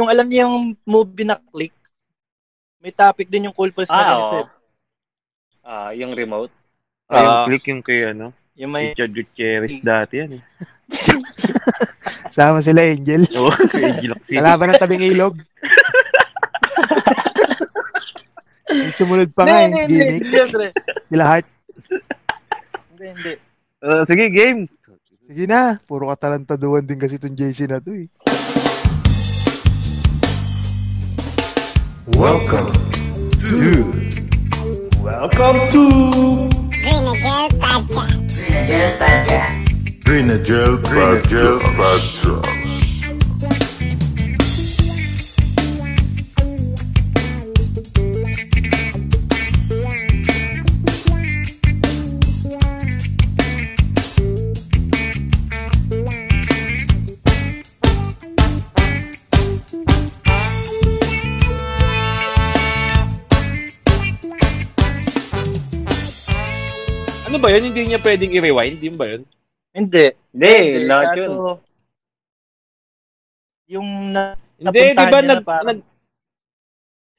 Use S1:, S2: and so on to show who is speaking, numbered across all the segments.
S1: Yung alam niyo yung movie na click, may topic din yung cool pals na
S2: Ah,
S1: ganito. eh.
S2: oo. Ah, yung remote.
S3: Ah, yung
S1: Ah.
S3: click yung kay ano,
S1: Yung may
S3: Richard Gutierrez dati yan eh.
S4: Sama sila, Angel.
S3: Oo, kay Gilok City.
S4: Kalaban ng tabing ilog. Yung sumunod pa nga eh.
S1: Hindi,
S4: yung
S1: hindi, hindi,
S4: gimmick.
S1: hindi, Andre.
S4: Sila heart.
S1: Hindi, hindi.
S3: Ah, sige, game.
S4: Sige na, puro katalantaduan din kasi itong JC na to eh.
S5: Welcome to
S6: Renegade Podcast.
S5: Grenadier Podcast.
S3: Ano ba yun? Hindi niya pwedeng i-rewind? Yun ba yun?
S1: Hindi.
S2: Hindi,
S1: Hindi,
S2: lahat
S1: kaso,
S2: yun.
S1: Yung na...
S3: Hindi, di
S1: Napuntahan
S3: ba
S1: niya na
S3: nag,
S1: parang-
S3: nag,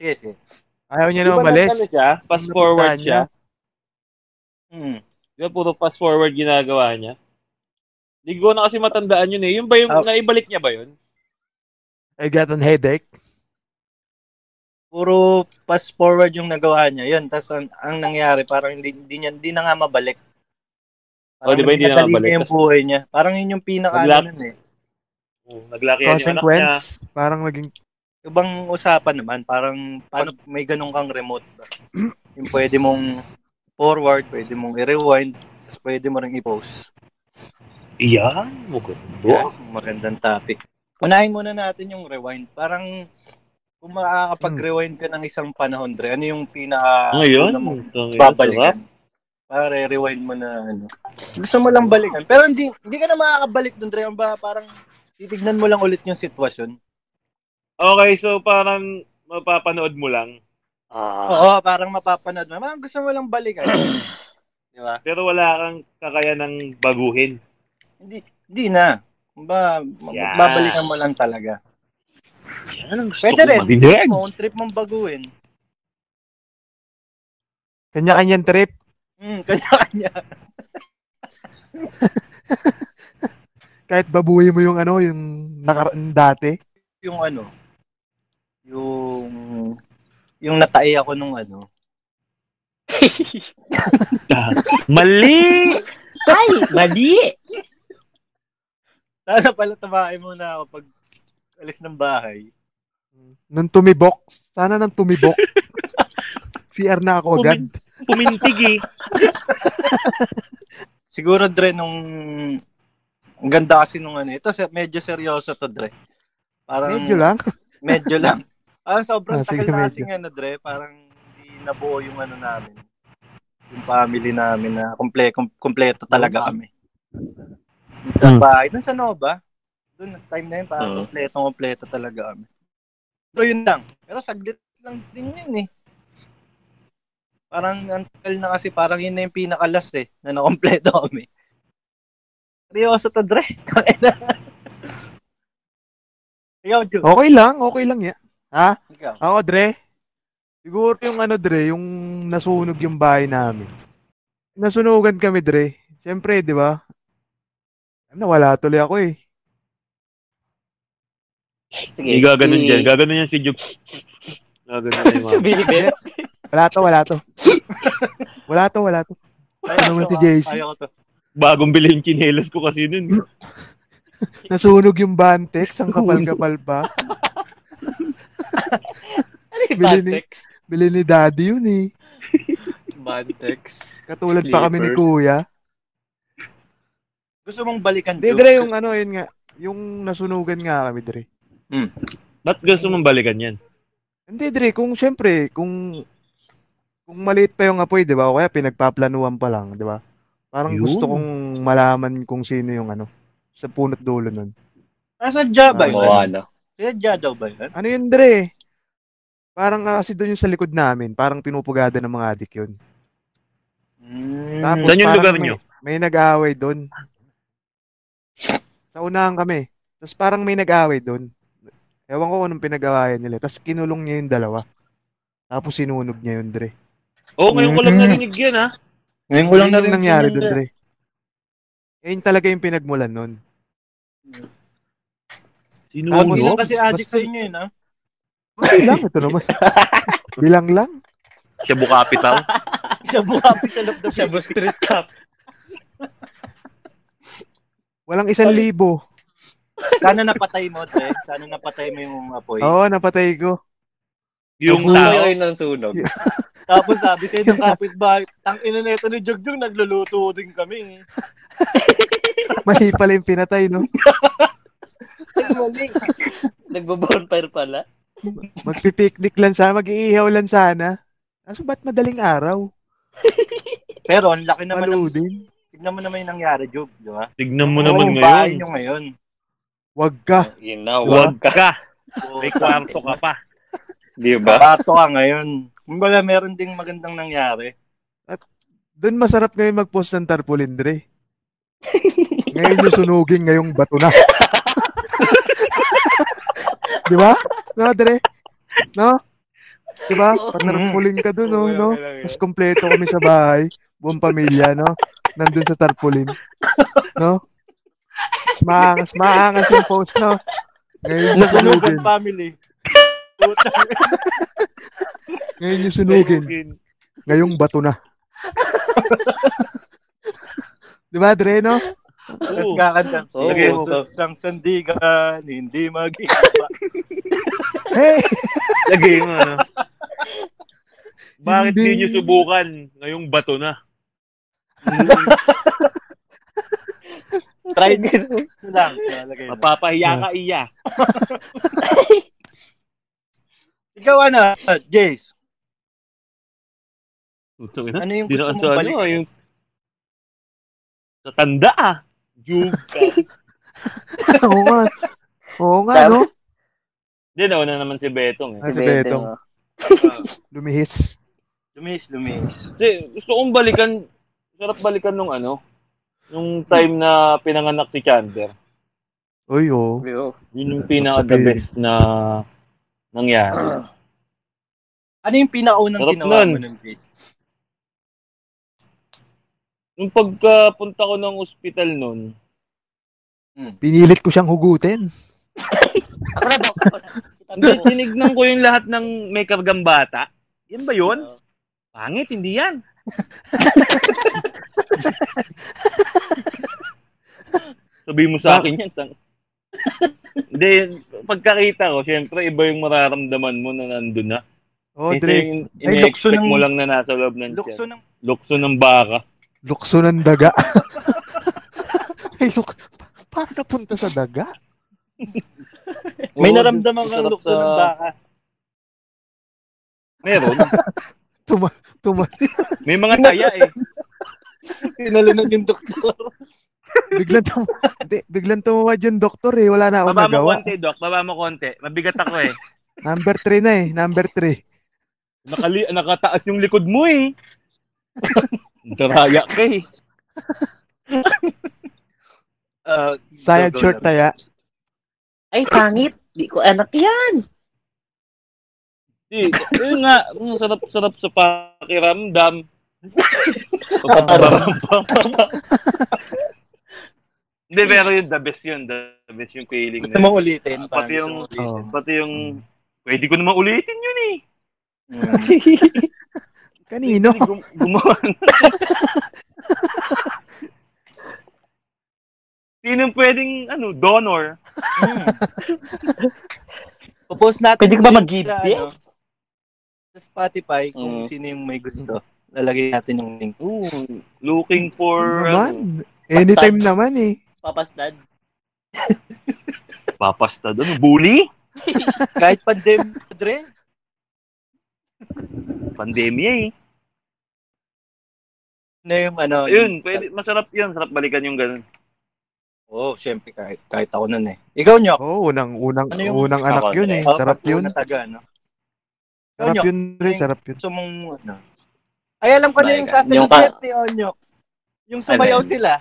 S1: Sige, sige.
S4: Ayaw niya
S3: di
S4: na
S3: ba
S4: umalis.
S3: nag- ano siya? Fast
S4: Napuntahan
S3: forward
S4: niya.
S3: siya.
S1: Hmm.
S3: Di ba puro fast forward ginagawa niya? Hindi ko na kasi matandaan yun eh. Yun ba yung
S1: Ah.
S3: naibalik niya ba yun?
S4: I got an headache.
S1: Puro fast forward yung nagawa niya. Yun, tapos ang, ang nangyari, parang hindi, hindi, niya, hindi na nga mabalik.
S3: Oh, di ba hindi na
S1: madali
S3: mabalik?
S1: yung buhay niya. Parang yun yung pinaka
S3: Wala-
S1: ano nun eh.
S3: Oh, naglaki yan
S4: Cause
S3: yung
S4: and
S3: anak niya.
S4: Consequence. Parang naging
S1: Ibang usapan naman, parang paano may ganun kang remote. Ba? yung pwede mong forward, pwede mong i-rewind, tapos pwede mo rin i-pause.
S3: Iyan, mugot.
S1: Yan, magandang topic. Unahin muna natin yung rewind. Parang kung makakapag-rewind ka ng isang panahon, Dre, ano yung pinaka... una
S3: Ngayon,
S1: mong
S3: ngayon, sarap.
S1: babalikan. Para rewind mo na ano. Gusto mo lang balikan. Pero hindi hindi ka na makakabalik doon, Dre. Ang ba, parang titignan mo lang ulit yung sitwasyon.
S3: Okay, so parang mapapanood mo lang.
S2: Ah,
S1: Oo, parang mapapanood mo. Parang gusto mo lang balikan. Di ba?
S3: Pero wala kang kakaya ng baguhin.
S1: Hindi, hindi na. Ba, ma-
S3: Yeah.
S1: babalikan mo lang talaga.
S3: Yan ang gusto
S1: Pwede rin.
S3: marinig.
S1: Mo, on trip mong baguhin.
S4: kanya-kanyang trip.
S1: Mm, kanya-kanya.
S4: Kahit babuhay mo yung ano, yung nakaraan dati.
S1: Yung ano, yung yung natai ako nung ano.
S3: Mali! Ay, mali!
S1: Sana pala tabahin muna ako pag alis ng bahay.
S4: Nung tumibok. Sana nang tumibok. CR na ako agad.
S3: Pumintig eh.
S1: siguro Dre nung ang ganda kasi nung ano ito se- medyo seryoso to Dre parang
S4: Medyo lang.
S1: medyo lang ah sobrang
S4: Ah, sige,
S1: tagal na
S4: medyo.
S1: kasi ano Dre parang hindi nabuo yung ano namin yung family namin na komple kom- kompleto talaga kami Yung sa
S3: Hmm.
S1: bahay dun sa Nova dun time na yun parang
S2: Hmm.
S1: kompleto kompleto talaga kami pero yun lang pero saglit lang din yun eh Parang ang tagal na kasi, parang yun na yung pinakalas eh, na nakompleto kami. Seryoso to, Dre. Tangina. Ikaw, Ju.
S4: Okay lang. Okay lang yan. Ha?
S1: Ikaw.
S4: Ako, Dre. Siguro yung ano, Dre, yung nasunog yung bahay namin. Nasunugan kami, Dre. Siyempre, di ba? Nawala tuloy ako eh.
S2: sige.
S3: Hindi gaganon
S2: Si-
S3: dyan. Gaganon yan si Juke. Gaganon yan,
S2: Si Billy Bell.
S4: Wala to, wala to. wala to, wala to.
S1: Ayaw
S4: naman
S1: to, ah.
S4: si JC?
S1: Ayaw ko to.
S3: Bagong bilhin chinelas ko kasi nun.
S4: Nasunog yung Bantex, ang kapal-kapal pa. Billy ni-
S2: Ano Bantex.
S4: Bili ni Daddy yun eh.
S2: Bantex.
S4: Katulad pa kami ni
S2: Slippers.
S4: Kuya.
S1: Gusto mong balikan,
S4: Hindi,
S1: Ju?
S4: Dre, yung ano, yun nga. Yung nasunugan nga kami, Dre.
S3: Ba't gusto mong balikan yan?
S4: Hindi, Dre, kung syempre, kung kung maliit pa yung apoy, di ba? O kaya pinagpaplanuhan pa lang, di ba? Parang
S3: Yun.
S4: gusto kong malaman kung sino yung ano, sa punot dulo nun. Ah,
S1: Nasa Java yun.
S4: Bawa.
S2: Moana.
S1: Sinadya daw ba yun?
S4: Ano yun, Dre? Parang ah, kasi doon yung sa likod namin, parang pinupugada ng mga adik yun. Tapos
S3: Saan Hmm.
S4: Hmm.
S3: yung
S4: parang
S3: lugar
S4: may,
S3: nyo?
S4: may nag-away doon. Sa unahan kami. Tapos parang may nag-away doon. Ewan ko kung anong pinag-awayan nila. Tapos kinulong niya yung dalawa. Tapos sinunog niya yun, Dre.
S3: Oo, oh, ngayon ko lang narinig yun, ha?
S1: Ngayon ko
S4: Yun
S1: lang
S4: yung
S1: narinig
S4: nangyari
S1: yun,
S4: doon, Dre. Eh, Yun talaga yung pinagmulan nun.
S1: Tapos
S4: Ano?
S1: yun kasi addict
S4: Basta-
S1: sa inyo yun, ah. ha?
S4: Bilang, ito naman. Bilang lang.
S7: Siya bukapital.
S1: Siya buhapi sa loob na
S2: Shabu Street Cup.
S4: Walang isang libo.
S1: Sana napatay mo, Dre. Sana napatay mo yung apoy.
S4: Oo, napatay ko.
S7: Yung
S2: Tayo
S7: tao.
S2: yun ang sunog.
S1: Tapos sabi sa'yo ng kapitbahay, tang ina na ito ni Jogjog, nagluluto din kami.
S4: Mahi pala yung pinatay, no?
S2: Nagbo-bonfire pala.
S4: Magpipiknik lang siya, mag-iihaw lang sana. Kaso ba't madaling araw?
S1: Pero ang laki naman ng...
S4: Paludin?
S1: Tignan mo naman yung nangyari, Jog, di ba?
S3: Tignan mo
S1: Oo,
S3: Ano naman
S1: bahay
S3: ngayon.
S1: nyo ngayon.
S4: Wag ka.
S2: You know,
S7: Huwag ka.
S1: Oo,
S7: May kwarto ka pa.
S2: Di ba?
S1: Barato ka ngayon. Kumbaga, meron ding magandang nangyari.
S4: Doon masarap ngayon mag-post ng tarpaulin, Dre. Ngayon yung sunugin, ngayong bato na. Di ba? No, Dre? No? Di ba? Patarpulin ka doon, no? no? Mas kompleto kami sa bahay. Buong pamilya, no? Nandun sa tarpaulin. No? Mas maangas, maangas yung post, no? Ngayon yung sunugin.
S1: Nasunugan family.
S4: Ngayon yung sunugin. Ngayong bato na. Di ba, Dre, no?
S1: Tapos kakanta.
S2: Oo.
S1: Sige, oh, sang sandigan, hindi mag-iiba.
S4: Hey!
S3: Lagay mo, ano? Bakit
S4: Hindi.
S3: hindi nyo subukan ngayong bato na?
S1: Try din lang. Lalagay mo.
S3: Mapapahiya ka iya.
S1: Ikaw ano, Jace?
S3: Tutong
S1: Ano yung
S3: Di
S1: gusto
S3: na
S1: mong
S3: sa ano,
S1: balik?
S3: ah, yung... Sa tanda ah. Jug.
S4: Oo nga. Oo nga, no?
S2: Tapos,
S3: Hindi, nauna naman si Betong eh.
S4: Ay, si Betong.
S2: ah.
S4: Lumihis.
S1: Lumis, lumis.
S3: Kasi gusto kong balikan, sarap balikan nung ano, nung time na pinanganak si Chandler.
S4: Uy, oh. oo.
S2: Di ba?
S3: Yun yung pinaka-the
S4: Sabihin.
S3: best na nangyari.
S1: Ano yung pinakaunang
S3: Sarap
S1: ginawa mo
S3: nun.
S1: nun, Jace?
S3: Nung pagkapunta ko ng ospital nun,
S4: Pinilit ko siyang hugutin.
S2: Ako na daw.
S3: hindi, tinignan ko yung lahat ng may kargang bata. Yan ba yun? Pangit, hindi yan. Sabihin mo sa akin yan. Sang... Hindi, pagkakita ko, syempre, iba yung mararamdaman mo na nandun na.
S4: Oo,
S3: Ito
S4: Oh, Dre.
S3: yung
S1: Oh, Ay, lukso
S3: ine-expect
S1: ng-
S3: mo lang na nasa loob ng
S1: Lukso
S3: tiyan.
S1: ng...
S3: Lukso ng baka.
S4: Lukso ng daga. Ay, luk... Pa- Paano napunta sa daga?
S1: May
S3: Oo,
S1: naramdaman kang
S3: sarap
S1: lukso ng
S3: sa-
S1: baka.
S3: Meron.
S4: Tuma... Tuma...
S3: May mga taya eh.
S2: Pinalunan yung doktor.
S4: Biglang tum... Hindi, biglang tumawad yung doktor eh. Wala na akong
S3: Baba mo
S4: nagawa.
S3: konti, Doc. Baba mo konti. Mabigat ako eh.
S4: Number 3 na eh. Number 3.
S3: Nakali nakataas yung likod mo eh. Daraya ka eh.
S1: Uh,
S4: Sayad
S1: go, go,
S4: short
S1: go.
S4: taya.
S8: Ay, pangit. Di ko anak yan.
S3: Eh, eh nga, ang sarap-sarap sa pakiramdam. Papaparam-pam-pam. Hindi, pero yun, the best yun. The best yung feeling
S1: Gusto
S3: na
S1: mong
S3: yun.
S1: ulitin.
S3: Pati
S1: parang gusto
S3: yung-
S1: mong ulitin.
S4: Oo.
S3: Pati yung, pwede ko naman ulitin yun eh.
S1: Mm.
S4: Kanino?
S3: eh. Gum- gumawa na. Sinong pwedeng, ano, donor?
S1: Propose natin.
S8: Pwede ka ba
S1: yung
S8: mag-give
S1: sa,
S8: gift?
S1: ano, Sa Spotify, kung
S2: Mm.
S1: sino yung may gusto. Lalagay natin yung link.
S3: Ooh, looking for... ano,
S4: Naman. Anytime naman eh.
S8: Papastad.
S3: Papasta doon. Bully?
S1: Kahit pandem, Dre.
S3: Pandemya eh.
S1: Na yung ano.
S3: Ayun, pwede, masarap yun. Sarap balikan yung ganun.
S1: Oo, oh, syempre kahit, kahit ako nun eh. Ikaw, Nyok.
S4: Oo, Oh, unang, unang,
S1: Ano yung-
S4: unang anak
S3: Ako,
S4: yun
S3: Dre.
S4: eh.
S1: Oh,
S4: Sarap yun.
S1: Na taga, no? Ikaw,
S4: Sarap
S1: Nyok.
S4: yun, Dre. Sarap yun.
S1: Gusto mong ano. Ay, alam ko na yung
S2: Like,
S1: sasagutin
S2: yung ka-
S1: ni Onyok. Yung sumayaw
S2: Ano yun?
S1: sila.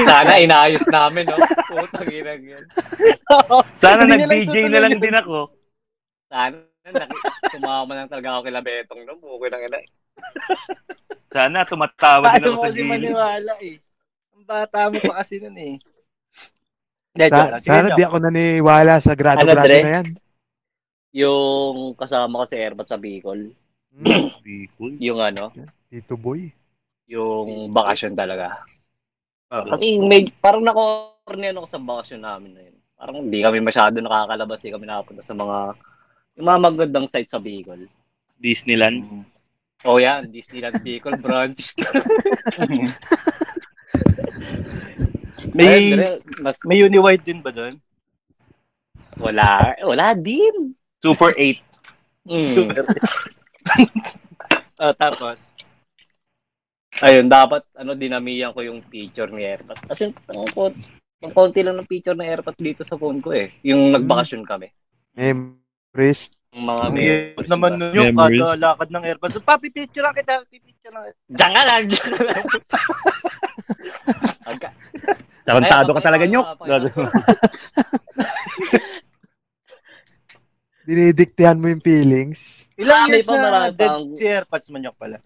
S9: Sana inaayos namin, no? Putang inang yun.
S3: Sana
S1: Hindi nila
S3: nag-DJ na lang
S1: itutuloy
S3: din ako.
S9: Sana, naki- sumama lang talaga ako kila Betong, no? Buko ng ina.
S3: Sana tumatawa din
S1: Ayaw
S3: ako
S1: mo
S3: sa
S1: kasi
S3: gilid.
S1: maniwala eh. Ang bata mo pa kasi nun eh. Hindi, joke
S4: Sa,
S1: lang. Sige,
S4: sana di
S1: joke.
S4: ako naniwala sa grado
S8: Ano,
S4: grado
S8: Dre?
S4: na yan.
S9: Yung kasama ko si Erbat sa Bicol,
S3: Bicol.
S9: yung ano,
S4: Hmm. Tito Boy.
S9: yung bakasyon talaga.
S1: Ah.
S9: Kasi may, parang na-cornean ako sa bakasyon namin na yun. Parang hindi kami masyado nakakalabas, hindi kami nakapunta sa mga yung mga magandang site sa Bicol.
S3: Disneyland.
S9: Oh yan, Disneyland Bicol branch.
S1: May,
S9: Ayun, dre, mas
S1: may uniwide din ba doon?
S9: wala, eh, wala din.
S3: Super 8.
S1: Hmm.
S9: Mm.
S1: Ah, tapos,
S9: Ayun, dapat ano dinamihan ko yung picture ni Erpat. Kasi ang konti, ang konti lang ng picture ng Erpat dito sa phone ko eh. Yung nagbakasyon kami.
S4: Memories.
S9: Yung mga
S1: Hmm. ang hirap
S9: memories,
S1: Ah, naman
S9: diba?
S1: nun yung
S3: Memories.
S1: kada lakad ng airport. Papi, picture lang kita. Picture lang.
S9: Diyan ka lang! diyan ka lang. Pagka-
S3: Tarantado
S9: Ay,
S3: ka talaga,
S9: pakita
S3: Nyok.
S9: ko, pakita ko.
S4: Dinidiktihan mo yung feelings.
S9: Ilang
S1: May
S9: years pa marami pa ang
S1: Si airpods manyok pala.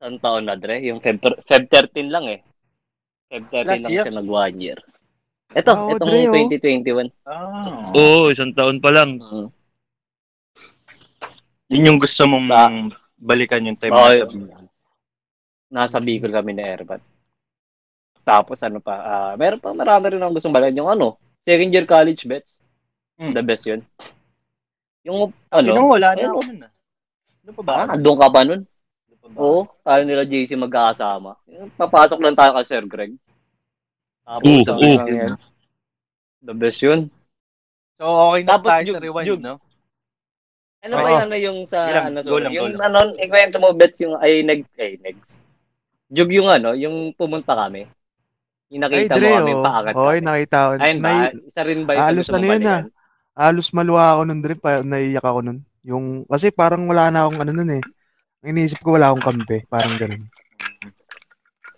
S9: isang taon na, Dre. Yung Feb, Feb 13 lang eh. Feb 13
S1: Last
S9: lang
S1: year?
S9: siya nag one year. Ito,
S4: Oo,
S9: itong
S4: Dre, oh.
S9: 2021.
S1: Ah.
S3: Oo, isang taon pa lang.
S9: Mm.
S1: Yun yung gusto mong
S9: Ba-
S1: balikan yung time.
S9: Ah. Okay. Nasa Bicol kami ni Erbat. Tapos ano pa, ah, meron pa marami rin akong gustong balayan. Yung ano, second year college bets.
S1: Mm.
S9: The best yun. Yung
S1: Ano?
S9: ano,
S1: wala na
S9: Ayun.
S1: ako nun ah. Ano pa ba?
S9: ah, doon ka ba nun?
S1: Ano pa ba?
S9: Oo, tayo nila JC magkakasama. Papasok lang tayo kay Sir Greg. Tapos,
S3: Oo,
S9: the,
S3: oo.
S9: best yun. the best yun.
S1: So, okay na
S9: Tapos,
S1: tayo sa
S9: Jug,
S1: rewind,
S9: Jug.
S1: no?
S9: Ano
S4: Oo.
S9: ba yung ano yung
S1: Yun
S9: sa
S1: lang,
S9: ano
S1: go
S9: sorry,
S1: lang, go
S9: yung
S1: lang.
S9: ano ikwento mo bets yung ay nag ay next. Jug yung ano, yung pumunta kami. Yung
S4: Ay,
S9: nakita mo
S4: Dre,
S9: kami
S4: oh.
S9: paagat.
S4: Oy,
S9: kami.
S4: nakita ko.
S9: Ayun ba?
S4: Nay-
S9: isa rin ba yung
S4: Halos
S9: gusto mong
S4: ano yun,
S9: balikan?
S4: Halos maluwa ako nun, Dre. Pa, naiyak ako nun. Yung, kasi parang wala na akong ano nun eh. Ang Iniisip ko wala akong kampe. Parang ganun.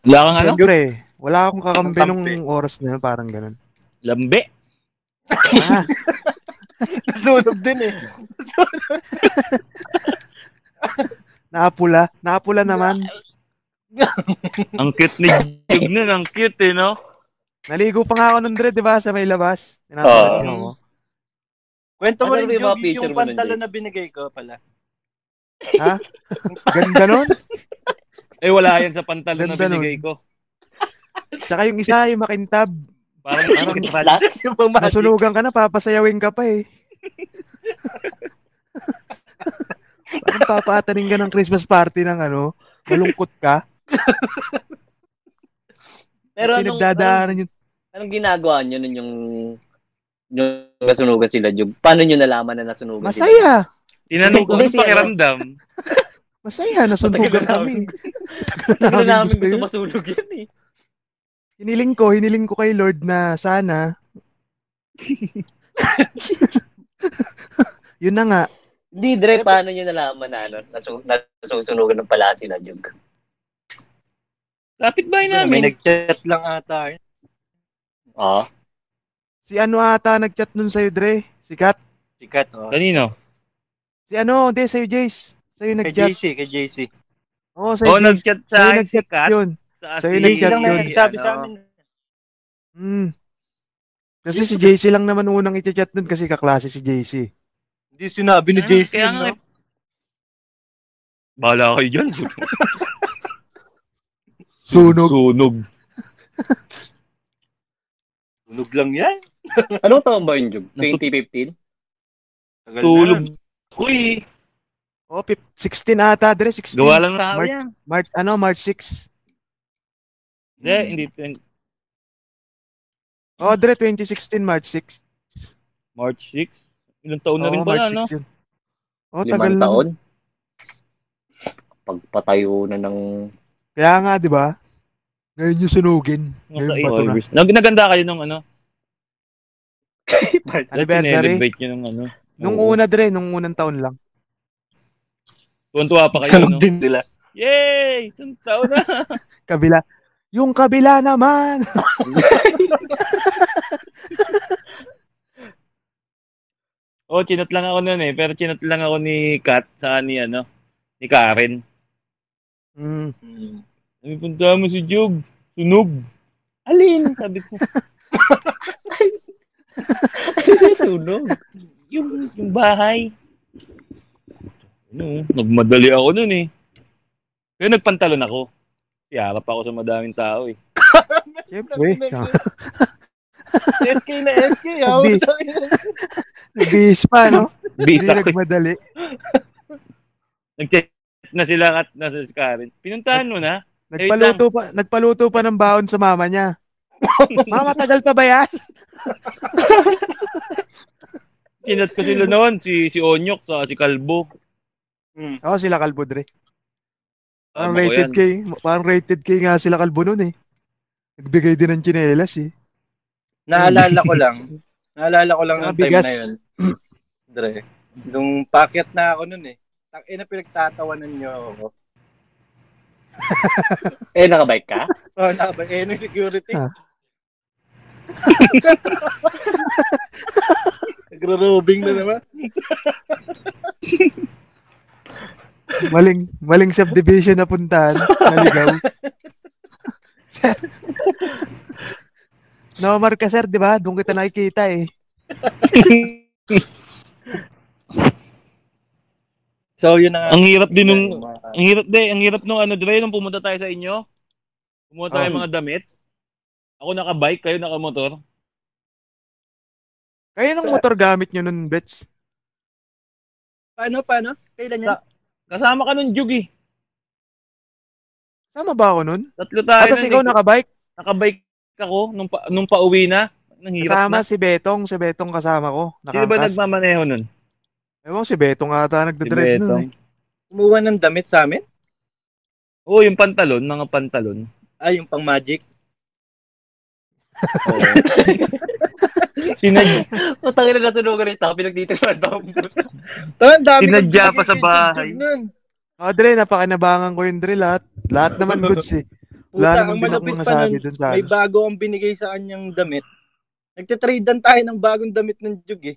S3: Wala kang ano?
S4: Siyempre, wala akong kakampi
S1: Kampe.
S4: nung oras na yun. Parang ganun.
S3: Lambe.
S4: Ah,
S1: Nasunog din eh.
S4: naapula. Naapula naman.
S3: Ang cute ni Jug nun. Ang cute eh, no?
S4: Naligo pa nga ako nun, Dre, di ba? Sa may labas. Tinapalan
S1: Oo.
S4: ako.
S1: Kwento mo rin
S9: Ano ba yung mga
S1: yung,
S9: picture
S1: yung
S9: mo nun, Ano
S1: pantalon
S9: Jake?
S1: na binigay ko pala.
S4: Ha? Ganda nun.
S3: Eh, wala yan sa pantalon na
S4: Ganda nun.
S3: binigay ko.
S4: Saka yung isa, yung makintab.
S3: Parang,
S4: Parang
S3: parang,
S1: Yung mga
S4: Nasulugan ka na, papasayawin ka pa eh. Parang papatanin ka ng Christmas party ng ano, malungkot ka.
S9: Pero anong, anong,
S4: pinagdadaanan yun.
S9: anong ginagawa niyo nun yung yung nasunugan sila Jug? Paano niyo nalaman na nasunugan sila?
S4: Masaya.
S3: tinanong ko
S9: Hindi,
S3: yung
S9: siya, no?
S3: pakiramdam.
S4: Masaya, nasunugan
S9: Matagal na
S4: kami.
S9: Masaya. Hindi
S4: Namin
S9: na namin
S4: gusto
S9: gusto
S4: yun.
S9: masunog yan eh.
S4: Hiniling ko, hiniling ko kay Lord na sana. yun na nga.
S9: Hindi, Dre, paano niyo nalaman na ano, nasu- nasusunugan ng pala sila Jug?
S3: Lapit bahay
S1: May
S3: namin.
S1: nag-chat lang ata. eh.
S9: Ah,
S4: Si ano ata nagchat nun sa'yo, Dre? Si Kat?
S1: Si Kat, oh.
S3: Kanino?
S4: Si ano, hindi, sa'yo, Jace. Sa'yo
S1: Kay
S4: nagchat.
S1: JC, kay JC.
S4: Oo, sa'yo,
S3: Oo,
S4: Jace.
S3: Oh, nag-chat
S4: Sa'yo
S3: sa akin si
S4: nagchat
S3: Kat.
S4: yun.
S3: Sa
S4: Sa'yo
S3: atin,
S1: JC
S4: nagchat
S1: lang
S4: yun.
S1: na nagsabi sa amin.
S4: Mm. Kasi si JC lang naman unang i-chat nun kasi kaklase si eh. JC.
S1: Hindi sinabi ni
S3: Ah,
S1: JC,
S3: kaya nga
S1: no?
S3: eh. Bahala kayo dyan.
S4: Sunog.
S3: Sunog.
S1: Tunog lang yan.
S9: anong taon ba yun Jug?
S3: Nasu-
S9: 2015?
S1: Tagal na.
S3: Tulog. Uy,
S4: Oh, pip- 16 ata, Dre, 16.
S3: gawa lang na
S4: March, March, ano, March 6.
S3: Hindi,
S4: Hmm.
S3: hindi. ten-
S4: Oh, Dre, 2016, March 6.
S3: March 6? Ilang taon na
S4: Oo,
S3: rin
S4: March
S3: pala,
S4: 6
S3: no?
S4: yun. Oh, tagal
S9: Limang
S4: na.
S9: taon? Pagpatayo na ng...
S4: Kaya nga, di ba? Ngayon yung sunugin. Ngayon
S3: Nasa
S4: ba ito na?
S3: August. Nag naganda kayo nung ano?
S4: Anniversary.
S3: Celebrate nyo nung ano?
S4: Nung
S3: Oo.
S4: una, Dre, nung unang taon lang.
S3: Tuwan-tuwa pa kayo,
S1: Sunog
S3: no?
S1: din sila.
S3: Yay! Isang taon na!
S4: Kabila. Yung kabila naman.
S3: Oh, chinat lang ako noon eh. Pero chinat lang ako ni Kat sa ni ano, ni Karen.
S4: Mm.
S1: Mm.
S3: Sabi, punta mo si Jug. Sunog. Alin? Sabi ko. Sunog. Yung, yung bahay. Ano, nagmadali ako nun eh. Kaya nagpantalon ako. Tiarap ako sa madaming tao eh.
S4: Siyempre.
S9: ah.
S1: SK na ah. SK, ha?
S4: Hindi. Bihis pa, no? Hindi
S3: Bisa ko. eh.
S4: nagmadali.
S3: Nag-chat na sila at nasa si Karen. Pinuntahan mo na.
S4: Nagpaluto pa, nagpaluto pa ng baon sa mama niya. mama, tagal pa ba yan?
S3: Chinat ko sila noon. Si, si Onyok sa si Kalbo.
S1: Mm.
S4: Oo, sila kalbo, Dre. Parang
S3: Tama ko
S4: rated
S3: yan.
S4: K. Parang rated K nga sila kalbo nun eh. Nagbigay din ng chinelas eh.
S1: Naalala ko lang. Naalala ko lang
S4: Ah,
S1: ang time
S4: Mm. bigas.
S1: na yun. Dre. Nung packet na ako nun eh. Ang ina pinagtatawanan niyo ako.
S9: Eh, nakabike ka?
S1: Oh, naba, eh, nung security.
S4: Ah.
S1: Nagro-robing na naman.
S4: Maling, maling subdivision na puntahan. Naligaw. Sir. no, Marca, sir, di ba? Doon kita nakikita eh.
S1: So, yun na nga.
S3: Ang hirap din nung
S1: Yung mga-
S3: Ang hirap de, ang hirap nung ano Dre, nung pumunta tayo sa inyo. Pumunta tayo
S4: Oh.
S3: mga damit. Ako naka-bike, kayo naka-motor.
S4: Kaya ng motor gamit nyo nun, Bets.
S2: Paano, paano? Kailan yan?
S3: Kasama ka nun, Jugi.
S4: Tama ba ako nun?
S3: Tatlo
S4: Ah,
S3: tayo
S4: Tapos
S3: nun,
S4: ikaw
S3: eh.
S4: nakabike.
S3: naka-bike ako nung, pa, nung pauwi na. Nang hirap
S4: Kasama
S3: na.
S4: si Betong. Si Betong kasama ko.
S3: Sino ba
S4: Nakangkas.
S3: nagmamaneho nun?
S4: Ewan, ko, si Betong ata nagdadrive
S3: Betong.
S4: nun eh.
S1: Kumuha ng damit sa amin?
S3: Oo, yung pantalon, mga pantalon.
S1: Ay, yung pang magic.
S3: Sinad,
S9: Putangin na natunugan yung tao, pinagtitirman daw.
S1: Tama, ang dami
S3: Sinadya
S1: kong
S3: pa sa
S1: nagigigil
S3: bahay.
S1: nun.
S4: Oh, Dre, napakanabangan ko yung Dre. Lahat, lahat naman goods eh.
S1: Puta,
S4: Wala
S1: ang
S4: naman din akong
S1: malapit pa nun,
S4: masabi dun sa ano.
S1: may
S4: akin.
S1: bago ang binigay sa kanyang damit. Nagtitradean tayo ng bagong damit ng Jug eh.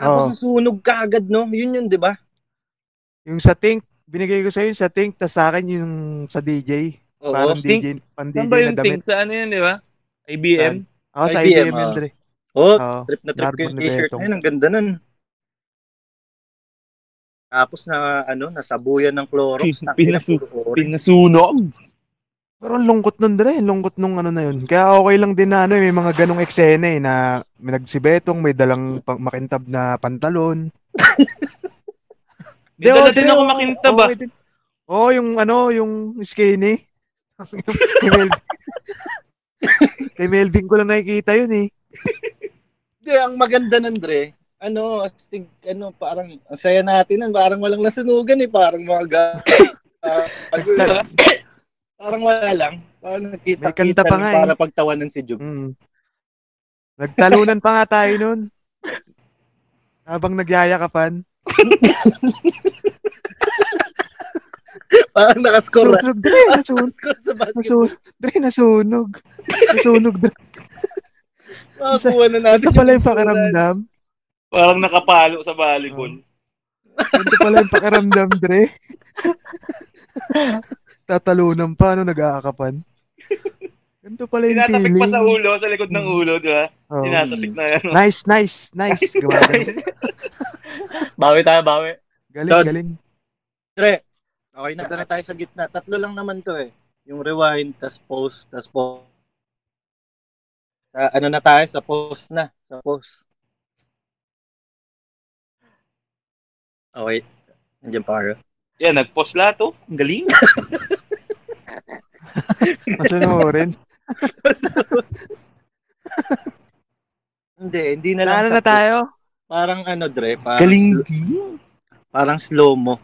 S4: Oo.
S1: Tapos susunog ka agad, no? Yun yun, di ba?
S4: Yung sa Tink, binigay ko sa'yo yung sa Tink, tas sa akin yung sa DJ.
S1: Oo.
S4: Parang
S3: Tink.
S4: DJ, pang
S3: saan
S4: DJ
S3: ba yung
S4: na
S3: ting?
S4: damit.
S3: Sa ano yun, di ba? IBM?
S4: Ako sa
S1: IBM,
S4: IBM yun,
S1: ah.
S4: Dre.
S1: Oo,
S4: Oo.
S1: trip na trip ko yung
S4: Carbon
S1: t-shirt
S4: Betong.
S1: na yun. Ang ganda nun. Tapos na, ano, nasabuyan ng Clorox. Nakita
S3: Pinasu-
S1: ko,
S3: Pinasunog.
S4: Pero ang lungkot nun, Dre. Ang lungkot nung ano na yun. Kaya okay lang din na ano, eh, may mga ganong eksena eh, na may nagsibetong, may dalang pang makintab na pantalon.
S3: Dito
S4: Di, oh,
S3: na din
S4: Dre,
S3: ako
S4: oh,
S3: makintab ah.
S4: okay din. Oo, oh, yung ano, yung skinny. kay, Melvin. kay Melvin ko lang nakikita yun eh.
S1: Hindi, ang maganda nun, Dre, ano, astig, ano, parang, ang saya natin nun, parang walang nasunugan eh, parang mga ga... ah, ano yun, ah? parang wala lang. Parang nakita
S4: May kanta pa nga eh.
S1: para pagtawanan si Jug.
S4: Mm. Nagtalunan pa nga tayo nun. Habang nagyayakapan.
S1: Parang nakascore.
S4: Sunog, Dre. Nasunog.
S1: Nakascore sa basket.
S4: Nasunog. Dre, nasunog. Nasunog, Dre.
S1: Makakuha na natin.
S4: Ito pala yung pakiramdam.
S3: Parang nakapalo sa
S4: Ah,
S3: volleyball.
S4: Ganito pala yung pakiramdam, Dre. Tatalunan pa, ano, nag-aakapan. Ganito pala yung
S3: Tinatapik
S4: feeling. Oh.
S3: pa sa ulo, sa likod ng ulo, di ba?
S4: Oo.
S3: Tinatapik na yan.
S4: Nice, nice, nice. Gumagano.
S9: bawi tayo, bawi.
S4: Galing,
S1: Done.
S4: galing.
S1: Dre, okay na. Punta na tayo sa gitna. Tatlo lang naman to eh. Yung rewind, tas post, tas post. Sa, ano na tayo? Sa post na. Sa post. Okay. Nandiyan pa kayo.
S3: Yan, nag-post lahat oh. Ang galing.
S4: Masunurin.
S1: Hindi, hindi na lang.
S4: Lalo
S1: sa
S4: na
S1: post.
S4: tayo.
S1: Parang ano, Dre. Parang, sl- parang slow mo.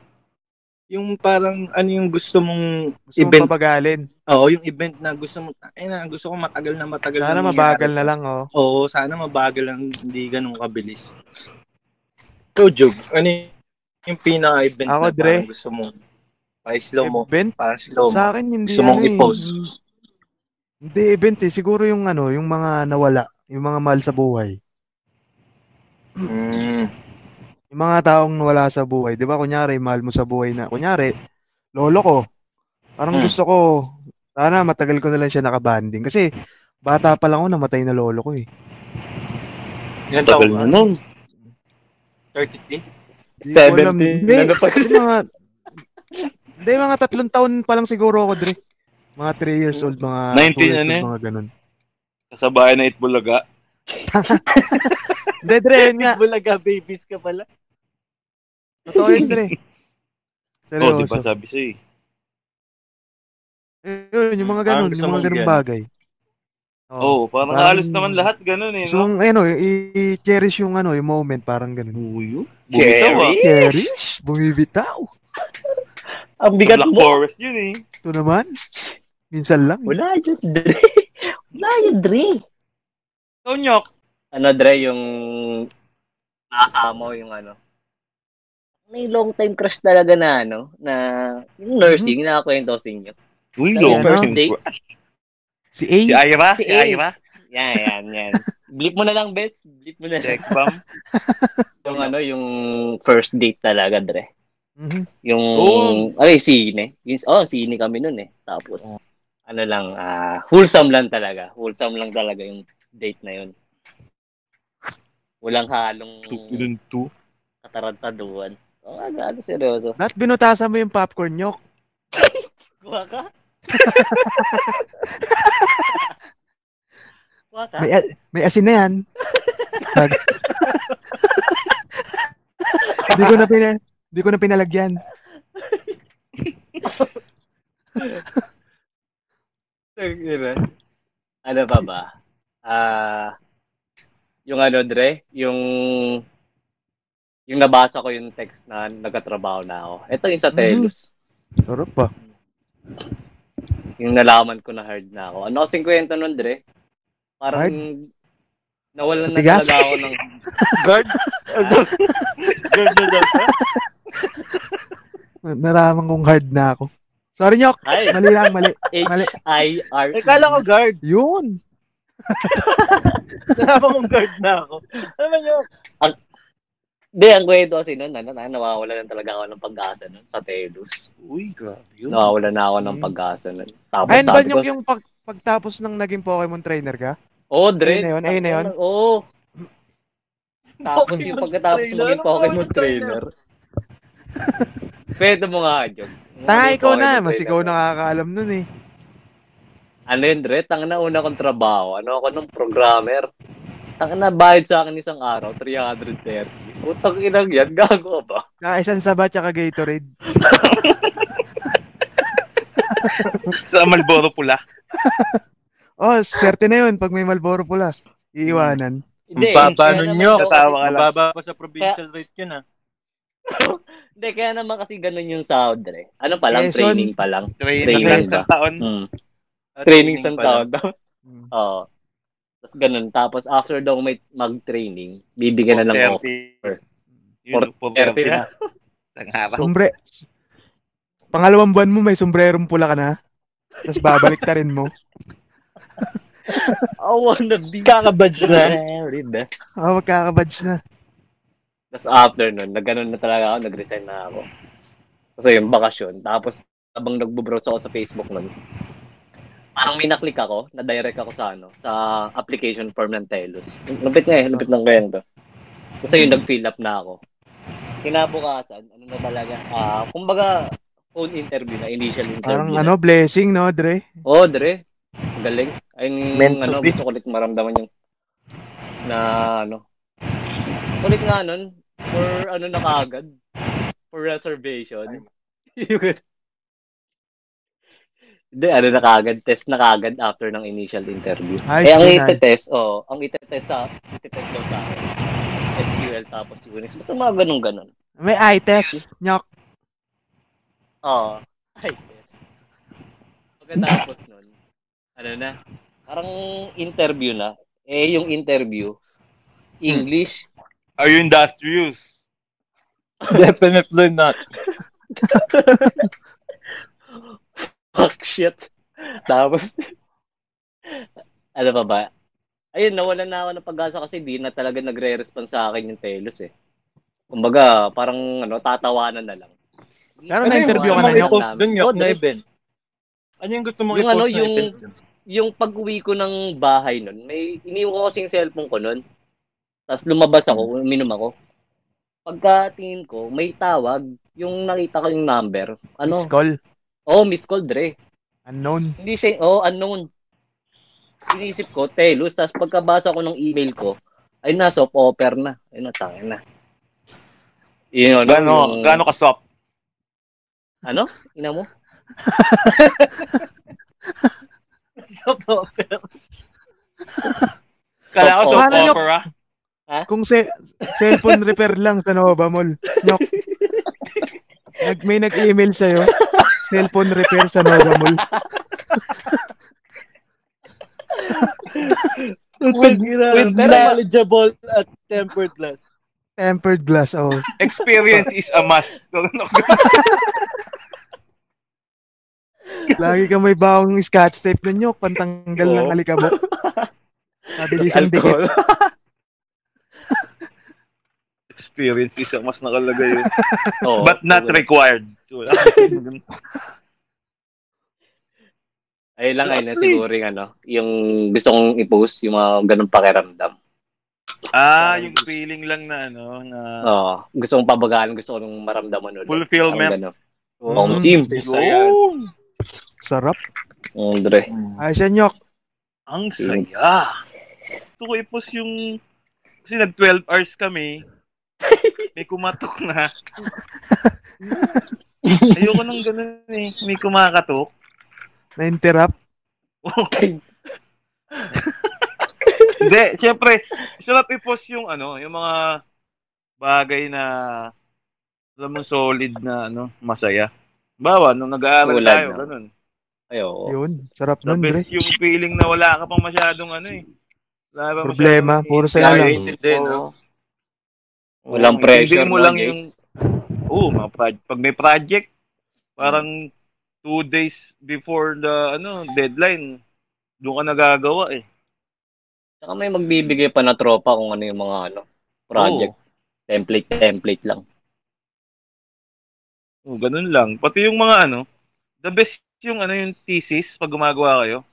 S1: Yung parang ano yung gusto mong
S4: Gusto mong
S1: event.
S4: pabagalin.
S1: Oo, yung event na gusto mo. Ay na, gusto ko matagal na matagal
S4: Sana
S1: na.
S4: mabagal na lang, oh.
S1: Oo, sana mabagal lang, hindi ganun kabilis. Ikaw, Jug, ano y- yung pinaka-event
S4: Ako,
S1: na
S4: Dre.
S1: parang gusto mo? Pa-slow mo,
S4: Event?
S1: pa-slow mo.
S4: Sa akin, hindi
S1: Gusto mong
S4: ano, eh.
S1: i-post?
S4: Hindi, event eh. Siguro yung ano, yung mga nawala. Yung mga mahal sa buhay.
S1: Mm.
S4: Yung mga taong nawala sa buhay. Di ba, kunyari, mahal mo sa buhay na. Kunyari, lolo ko. Parang
S3: Hmm.
S4: gusto ko, sana matagal ko na lang siya nakabanding. Kasi, bata pa lang ako, namatay na lolo ko eh.
S1: Ilan
S7: Tagal
S1: taon
S7: na
S1: ka?
S7: nun.
S1: 33?
S4: Di ko alam.
S9: 17.
S4: Hindi,
S9: Ano pa?
S4: yung mga... Hindi, mga tatlong taon pa lang siguro ako, Dre. Mga 3 years old, mga
S3: 19
S4: two years
S3: ano
S4: old,
S3: eh?
S4: mga ganun.
S3: Kasabayan na Itbulaga.
S4: Hindi, Dre, yun nga.
S1: Bulaga babies ka pala.
S4: Totoo yun, Dre. Seryoso.
S3: Oh, di ba sabi sa'yo eh.
S4: Eh, Yun, yung mga
S3: Ah,
S4: ganun,
S1: Parang gusto
S4: yung mga
S1: mong
S4: ganun
S1: ganun.
S4: bagay. Oo.
S3: Oo, oh, parang
S4: Parang-
S3: halos naman lahat ganun eh.
S4: So,
S3: No?
S4: yung, ano, i- i-cherish yung ano, yung moment, parang ganun.
S3: Buyo? Bumitaw ah.
S9: Cherry?
S4: Cherish? Bumibitaw?
S9: Ang bigat
S3: Black
S9: mo.
S3: Forest yun eh.
S4: Ito naman. Minsan lang. eh.
S9: Wala yun, Dre. Wala yun, Dre.
S3: Tonyok.
S9: Ano, Dre, yung nakasama mo yung ano. May long time crush talaga na ano, na yung nursing,
S4: Mm-hmm.
S9: na nakakwento ko sa inyo.
S3: Uy,
S9: Yung
S4: Ayan,
S9: first
S4: no?
S9: date,
S4: Si A.
S3: Si Ira?
S9: Si
S3: Si, Ira?
S9: Yan, yan, yan. Blip mo na lang, Bets. Blip mo na lang.
S3: Check bomb.
S9: Yung ano, yung first date talaga, Dre.
S4: Mhm.
S9: Yung,
S3: Oo.
S9: ay, sine. Yung, oh, sine kami nun eh. Tapos, ano lang, ah, wholesome lang talaga. Wholesome lang talaga yung date na yun. Walang halong
S3: Tukulun to.
S9: katarantaduan. Oh, ano, ano, seryoso.
S4: Lahat binutasan mo yung popcorn nyo.
S9: Kuha ka? Kuha ka?
S4: May, a- may asin na yan. Bag- Hindi ko na pina, di ko na pinalagyan.
S9: ano pa ba? Ah, yung ano, Dre, yung yung nabasa ko yung text na nagkatrabaho na ako. Ito yung sa
S4: Mhm.
S9: Telos.
S4: Sarap pa.
S9: Yung nalaman ko na hard na ako. Ano kasing kwento nun, Dre? Parang nawalan na
S4: Matigas?
S9: talaga ako ng...
S1: Guard?
S4: Naraman kong hard na ako. Sorry, Nyok.
S9: Ay,
S4: Mali lang, mali. Mali.
S9: H-I-R.
S1: Eh, kala ko guard.
S4: Yun.
S1: Nalaman mong guard na ako. Ano ba yun?
S9: Hindi, ang kwento kasi nun, ano, na- nawawala na talaga ako ng pag-asa nun sa Telos.
S3: Uy, grabe yun.
S9: Nawawala na ako ng
S4: Mm.
S9: pag-asa nun. Tapos
S4: Ayun ba,
S9: sabi ko,
S4: Nyok, yung pag, pagtapos ng naging Pokemon trainer ka?
S9: Oo, oh, Dre.
S4: Ayun na yun, ayun na yun.
S9: Oo. Tapos yung pagkatapos
S1: Pokemon trainer.
S9: maging Pokemon
S1: Ano
S9: trainer. Pwede mo nga, Jog.
S4: Tanga, ikaw na.
S9: Pokemon
S4: Mas
S9: trainer.
S4: ikaw nakakaalam nun eh.
S9: Ano yun, Dre? Tanga na una kong trabaho. Ano ako nung programmer? Tanga na bayad sa akin isang araw, 330. Putang inang yan, gago ka ba?
S4: Kakaisan saba tsaka Gatorade.
S3: Sa Malboro pula.
S4: Oh, swerte na yun pag may Malboro pula. Iiwanan.
S1: Ang
S4: eh,
S1: baba
S9: kaya
S1: nun
S9: naman
S1: nyo.
S9: ako kasi-
S3: Tatawa ka lang.
S1: Mababa pa sa provincial rate yun ah.
S9: Hindi, kaya naman kasi ganun yung sahod, Dre. Ano pa
S4: Eh,
S9: lang,
S4: son.
S9: training pa lang.
S3: Training
S9: Training
S3: lang
S9: ba?
S3: isang taon.
S9: Mm.
S1: Ah,
S9: training sa
S1: pala.
S9: taon. Oo. Tapos ganun. Tapos after daw may mag-training, bibigyan na ng offer.
S3: 30. Yun,
S9: 30 na.
S3: 40 na. Ang harap.
S4: Sombre. Pangalawang buwan mo, may sombrerong pula ka na. Tapos babalik na rin mo.
S9: I wanna be
S1: Kakabadge na.
S9: married. eh.
S4: Oh, magkakabadge na.
S9: Tapos after nun, nag na talaga ako, nag-resign na ako. So yung bakasyon. Tapos habang nagbo-browse ako sa Facebook nun, parang may naklik ako, na-direct ako sa ano, sa application form ng Telos. Lupit nga eh, lupit ng kwento. Kasi yun, nag-fill up na ako. Kinabukasan, ano na talaga, ah, kumbaga, phone interview na, initial interview.
S4: Parang
S9: na.
S4: ano, blessing, no, Dre?
S9: Oo, oh, Dre. Ang Galing. Ayun
S1: Meant
S9: yung
S1: to
S9: ano,
S1: be.
S9: gusto ko ulit maramdaman yung na ano. Ulit nga nun, for ano na kaagad. For reservation. Yun. Hindi, ano na kaagad, test na kaagad after ng initial interview.
S4: Ay,
S9: eh, ang
S4: sinan.
S9: itetest, oh, ang itetest sa, itetest daw sa akin. SQL tapos Unix. Basta mga ganun-ganun.
S4: May eye test. Nyok.
S9: Oo. Ay, yes. Pagkatapos nun, ano na, parang interview na. Eh, yung interview, English,
S3: Are you industrious?
S1: Definitely not.
S9: fuck shit. Tapos, Ano pa ba? Ayun, nawalan na ako ng pag-asa kasi di na talaga nagre-respond sa akin yung telos eh. Kumbaga, parang ano, tatawanan na lang.
S10: Lalo
S9: Ano yung
S10: na-interview
S9: gusto
S10: ka na,
S9: mong
S10: Nyok?
S9: i-post dun, Nyok,
S10: Oh,
S9: na
S10: dali.
S9: event?
S10: Ano yung gusto mong
S9: Yung
S10: i-post
S9: ano,
S10: na
S9: yung-
S10: event dun?
S9: Yung pag-uwi ko ng bahay nun, may iniwan ko kasi yung cellphone ko nun. Tapos lumabas ako, uminom ako. Pagkatingin ko, may tawag. Yung nakita ko yung number. Ano?
S10: Miss call.
S9: Oh, miss call, Dre.
S10: Unknown.
S9: Hindi siya, oh, unknown. Inisip ko, Telus, tapos pagkabasa ko ng email ko, ay na, soap offer na. Ay na, tangin na. Yun, ano,
S3: Gano,
S9: yung-
S3: gano ka swap?
S9: Ano? Ina mo?
S3: Kala ko
S9: Soap
S3: soap
S4: opera.
S3: opera.
S4: Kung se- cellphone repair lang sa Nova Mall, Nyok. Nag, may nag-email sa'yo, cellphone repair sa Nova Mall.
S1: With, with
S9: Pero-
S1: knowledgeable at tempered glass.
S4: Tempered glass, oh.
S3: Experience is a must. Ano ka-
S4: Lagi ka may bawang scotch tape nun, Nyok, pantanggal ng alikabok. Mabilisang dikit.
S9: Alcohol.
S3: Experience is a must nakalagay yun.
S9: Oo.
S3: But not required.
S9: Ay lang, ay na siguro yung ano, yung gusto kong i-post, yung mga ganun pakiramdam.
S3: ah, yung feeling lang na ano, na
S9: Oo. gusto kong pabagaan, gusto kong maramdaman ulit.
S3: fulfillment.
S9: Parang ganun. Kung sim.
S3: Yun.
S4: Sarap.
S9: Oo, Dre.
S4: Ayos yan, Nyok.
S3: Ang saya. Gusto ko i-post yung... Kasi nag-12 hours kami. May kumatok na. Ayoko nang ganun eh. May kumakatok.
S4: Na-interrupt.
S3: Hindi, syempre, sarap i-post yung ano, yung mga bagay na alam mo solid na ano, masaya. Bawa, nung nag-aaral
S9: Tulad
S3: tayo,
S9: ng-
S3: ganun.
S9: Ay, oo.
S4: Yun, sarap
S3: The
S4: nun, Dre.
S3: best yung feeling na wala ka pang masyadong ano eh. Wala pa
S4: Problema,
S3: masyadong-
S4: puro saya lang.
S10: Creative din, no?
S9: Walang
S3: Oo,
S9: pressure,
S3: hindi mo
S9: no,
S3: lang
S9: guys?
S3: yung Oo, mga project. Pag may project, parang two days before the ano deadline, doon ka nagagawa eh.
S9: Saka may magbibigay pa na tropa kung ano yung mga ano, project. Template, template lang.
S3: Oo, ganun lang. Pati yung mga ano, the best yung ano yung thesis pag gumagawa kayo.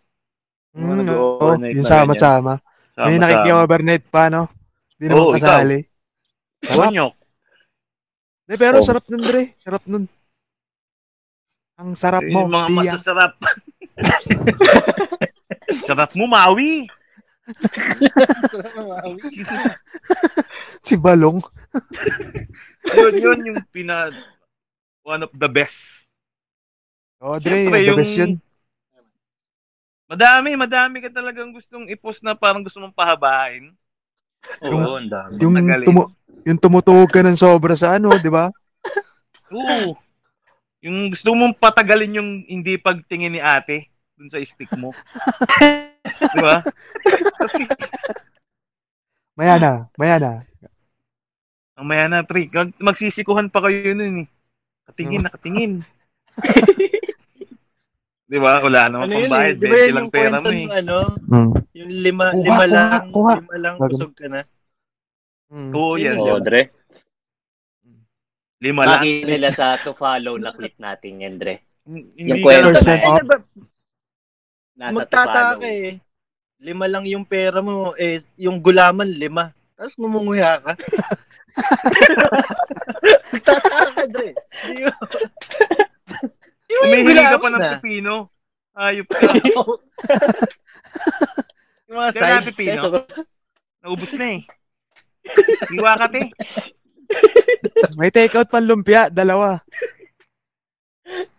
S3: Mga
S4: Mm,
S3: nag-o-
S4: oo,
S3: na-
S4: yung
S3: na-
S4: sama-sama.
S3: Sama
S4: May
S3: sa-
S4: nakikiwabernet pa, no? Hindi naman
S3: Oo, ikaw.
S4: kasali.
S3: Oo, nyo.
S4: Eh, pero
S9: Oo.
S4: sarap nun, Dre. Sarap nun. Ang sarap mo,
S3: Yung mga
S4: Pia.
S3: masasarap. Sarap mo, Maui.
S4: Si Balong.
S3: Yun, yun yung pina... One of the best.
S4: Oh, Dre,
S3: Siyempre,
S4: the best yun.
S3: Madami, madami ka talagang gustong i-post na parang gusto mong pahabain.
S10: Oo, ang dami.
S4: Yung,
S3: Magaling.
S4: tumu yung tumutuhog ka ng sobra sa ano, di ba?
S3: Oo. Yung gusto mong patagalin yung hindi pagtingin ni ate dun sa stick mo. Di ba?
S4: Maya na, maya na.
S3: Mamaya na, pre. Mag- Magsisikuhan pa kayo nun eh. Katingin, nakatingin. Di ba? Wala naman
S1: Ano
S3: pang
S1: yun? eh?
S3: bayad.
S1: Di ba yun
S3: lang
S1: yung
S3: pera mo
S1: kwento
S3: eh.
S1: ng ano?
S4: Hmm.
S1: Yung lima,
S4: Kuha,
S1: lima
S4: kuha,
S1: lang,
S4: kuha.
S1: lima lang,
S4: Wag-
S1: kusog ka na.
S4: Mm.
S3: Oo, yan.
S9: Oo, Dre.
S3: Lima lang.
S9: Nakita nila sa to follow na clip natin yan, Dre.
S3: Hindi
S9: yung kwento
S3: ka
S9: na
S1: Eh,
S9: yan.
S1: di ba,
S9: Nasa
S1: magtataka ka
S9: to follow.
S1: eh. Lima lang yung pera mo, eh, yung gulaman, lima. Tapos mumunguya ka. Magtataka ka, Dre. Di ba? Di ba yung
S3: Humihingi ka pa
S1: gulaman
S3: ng Ah,
S1: na?
S3: pipino. Ayop ka.
S1: Yung mga
S3: Kaya
S9: eh,
S1: sides.
S3: pipino. Naubos na eh. Iwa ka, te.
S4: May takeout pang lumpia, dalawa.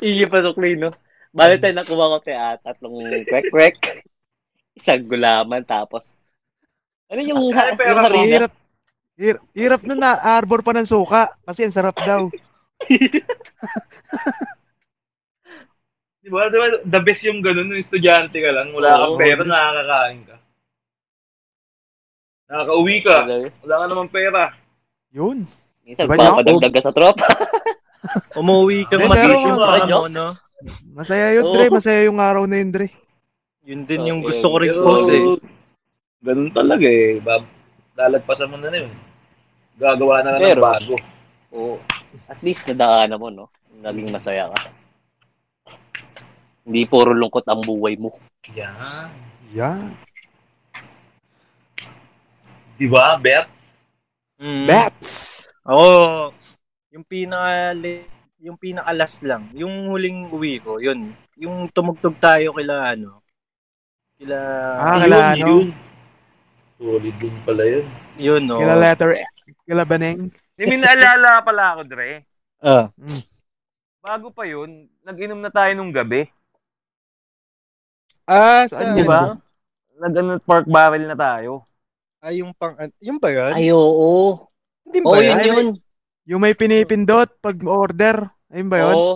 S9: Iyo pa sukli, no? Bale
S3: Mm.
S9: tayo nakuha ko tayo at tatlong kwek-kwek. Isang gulaman, tapos... Ano yung,
S3: Ay,
S9: ha-
S3: pera
S9: yung
S3: mo.
S9: harina?
S4: Hirap. Hir, hirap na na-arbor pa ng suka kasi ang sarap daw.
S3: Di ba? Di ba? The best yung ganun, yung estudyante ka lang, wala kang
S9: Oo.
S3: pera, nakakakain ka. Nakakauwi ka, wala ka naman pera.
S4: Yun.
S9: Minsan,
S4: Diba, no?
S9: papadagdag ka sa tropa.
S1: Umuwi ka
S4: Hindi,
S1: mag-isip
S4: pero-
S1: yung pera mo, no?
S4: Masaya yun, Dre. Masaya yung araw na yun, Dre.
S3: Yun din yung
S1: Oh,
S11: Okay,
S3: gusto ko rin
S11: yun.
S3: post eh. Ganun talaga eh. Bab, lalagpasan mo na na yun. Gagawa na lang
S9: Pero-
S3: ng bago.
S9: Oo. At least nadaanan mo, no? Naging masaya ka. Hindi puro lungkot ang buhay mo.
S3: Yan.
S4: Yeah.
S3: Di ba, Bert?
S1: Mm.
S4: Bats!
S1: Ako, yung pinaka yung pinakalas lang, yung huling uwi ko, yun. Yung tumugtog tayo kila ano, kila
S4: Ah, kila Yun, ano? yun.
S3: Solid din pala yun.
S1: Yun, no.
S4: Kila letter A. Kila Baneng.
S3: Hindi, may naalala pala ako, Dre.
S4: Ah.
S3: Bago pa yun, nag-inom na tayo nung gabi.
S12: Ah,
S3: Saan yun? Diba? Nag-ano, pork barrel na tayo.
S12: Ay, yung pang... Yung ba yun?
S9: Ay, oo.
S12: Hindi
S9: Oo, yun yun.
S4: Yung may pinipindot pag order. Ayun ba yun?
S9: Oo.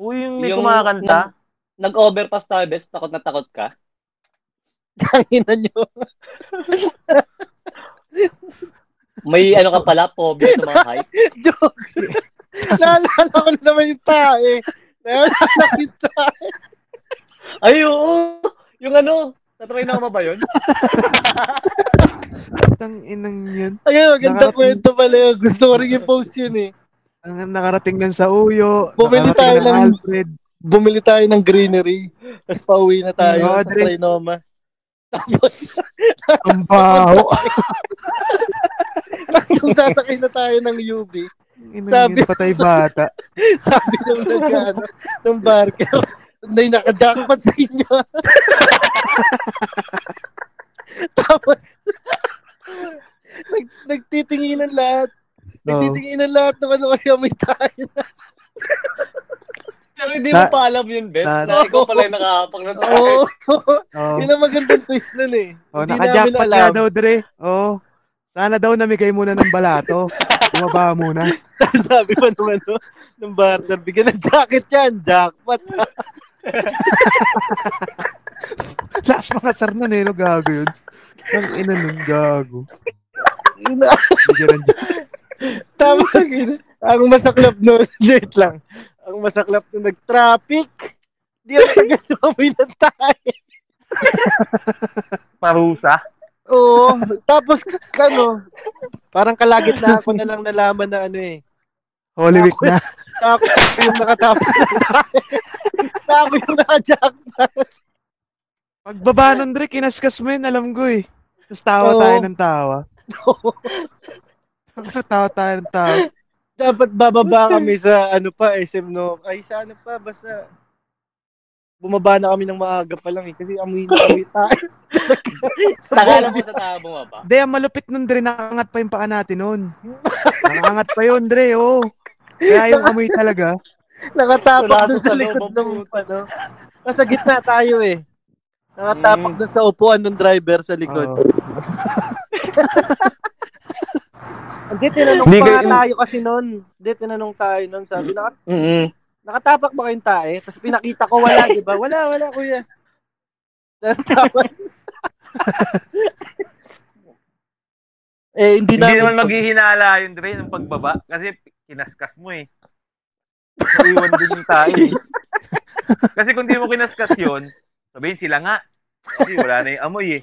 S3: Oo, yung
S4: may kumakanta.
S9: Nag, overpass tayo, best. Takot na takot ka.
S12: Tanginan nyo.
S9: May ano ka pala, phobia sa mga height.
S12: Joke. Naalala ko na naman yung tae. Naalala ko yung tae.
S9: Ay, oo. Yung ano, natry na ako ba yun?
S4: Tang inang yun.
S12: Ayun, maganda kwento pala yun. Gusto ko rin yung post yun eh.
S4: Ang nakarating lang sa uyo.
S12: Bumili
S4: nakarating
S12: tayo
S4: ng
S12: ng-
S4: Alfred.
S12: Bumili tayo ng greenery. Tapos pauwi na tayo
S4: Oo,
S12: sa
S4: Dre.
S12: Trinoma. Tapos,
S4: Ang baho.
S12: nung sasakay na tayo ng UB,
S4: Sabi.
S12: sabi,
S4: Patay bata.
S12: sabi nung nag nung barker, na nakajackpot sa inyo. Tapos, nag, nagtitinginan lahat. Nagtitinginan lahat ng ano kasi amoy tayo na.
S9: Pero hindi mo pa alam yun, best.
S12: na-
S9: Na ikaw pala yung nakakapag na tayo.
S12: Oo.
S4: Oo.
S12: Yun ang magandang twist nun eh.
S4: Oh,
S12: Hindi
S4: nakajackpot
S12: namin
S4: nga
S12: alam.
S4: daw, Dre. Oo. Sana daw namigay muna ng balato. Bumaba muna.
S12: Sabi pa naman no, ng barter, bigyan ng jacket yan, jackpot.
S4: Last mga sar na eh, no, gago yun. Ang ina nun, gago. Bigyan ng
S12: Tapos, ang masaklap nun, late lang, ang masaklap nun, nag-traffic, di ako taga-sumoy na tayo.
S3: Parusa.
S12: Oo, tapos, ano, parang kalagit na ako na lang nalaman na ano eh,
S4: Holy Week na.
S12: na ako yung nakatapos na tayo. Na ako yung nakajackpot.
S4: Pagbaba nun, Dre, kinaskas mo yun, alam ko eh. Tapos tawa
S12: Oo.
S4: tayo ng tawa. Tapos tawa tayo ng tawa.
S12: Dapat bababa kami sa ano pa, SM no. Ay, sa ano pa, basta bumaba na kami ng maaga pa lang eh. Kasi amoy na amoy tayo.
S9: Takala mo sa tao mo pa.
S4: Hindi, ang malupit nun, Dre, nakangat pa yung paa natin nun. Nakangat pa yun, Dre, oo. Kaya yung amoy talaga.
S12: Nakatapak
S9: Sulaso
S12: dun sa
S9: sa loob
S12: likod
S9: ang
S12: ng ano. Nasa gitna tayo eh. Nakatapak dun sa upuan ng driver sa likod.
S4: Oo.
S12: Hindi, tinanong
S3: Hindi
S12: pa
S3: kayo-
S12: nga tayo kasi nun. Hindi, tinanong tayo nun. Sabi, naka,
S9: Mm-hmm.
S12: nakatapak ba kayong tae? Tapos pinakita ko, wala, di ba? Wala, wala, kuya. Tapos tapos. eh,
S3: Hindi
S12: hindi, namin
S3: naman maghihinala yun, Dre, ng pagbaba. Kasi kinaskas mo eh. Naiwan din yung tayo eh. Kasi kung di mo kinaskas yun, sabihin sila nga. Kasi wala na yung amoy eh.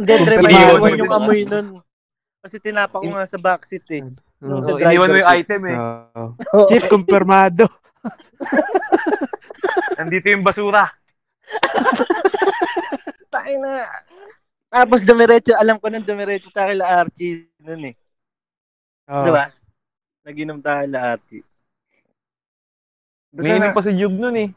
S12: Hindi, Dre,
S4: Pero
S12: may
S4: iwan
S12: iwan
S3: mo
S12: yung
S3: yun.
S12: amoy nun. Kasi tinapa ko nga sa backseat eh. Nung
S4: Oo.
S12: sa
S3: Mm. So, iniwan mo yung
S12: driver.
S3: item eh.
S4: Oo.
S12: Oo.
S4: Chip, kumpirmado.
S3: Nandito yung basura.
S12: Tayo na. Tapos dumiretso, alam ko nang dumiretso tayo kila Archie nun eh.
S4: Oo.
S12: Diba? Naginom tayo kila Archie. Basta
S3: Umiinom
S12: na-
S3: pa sa jug nun eh.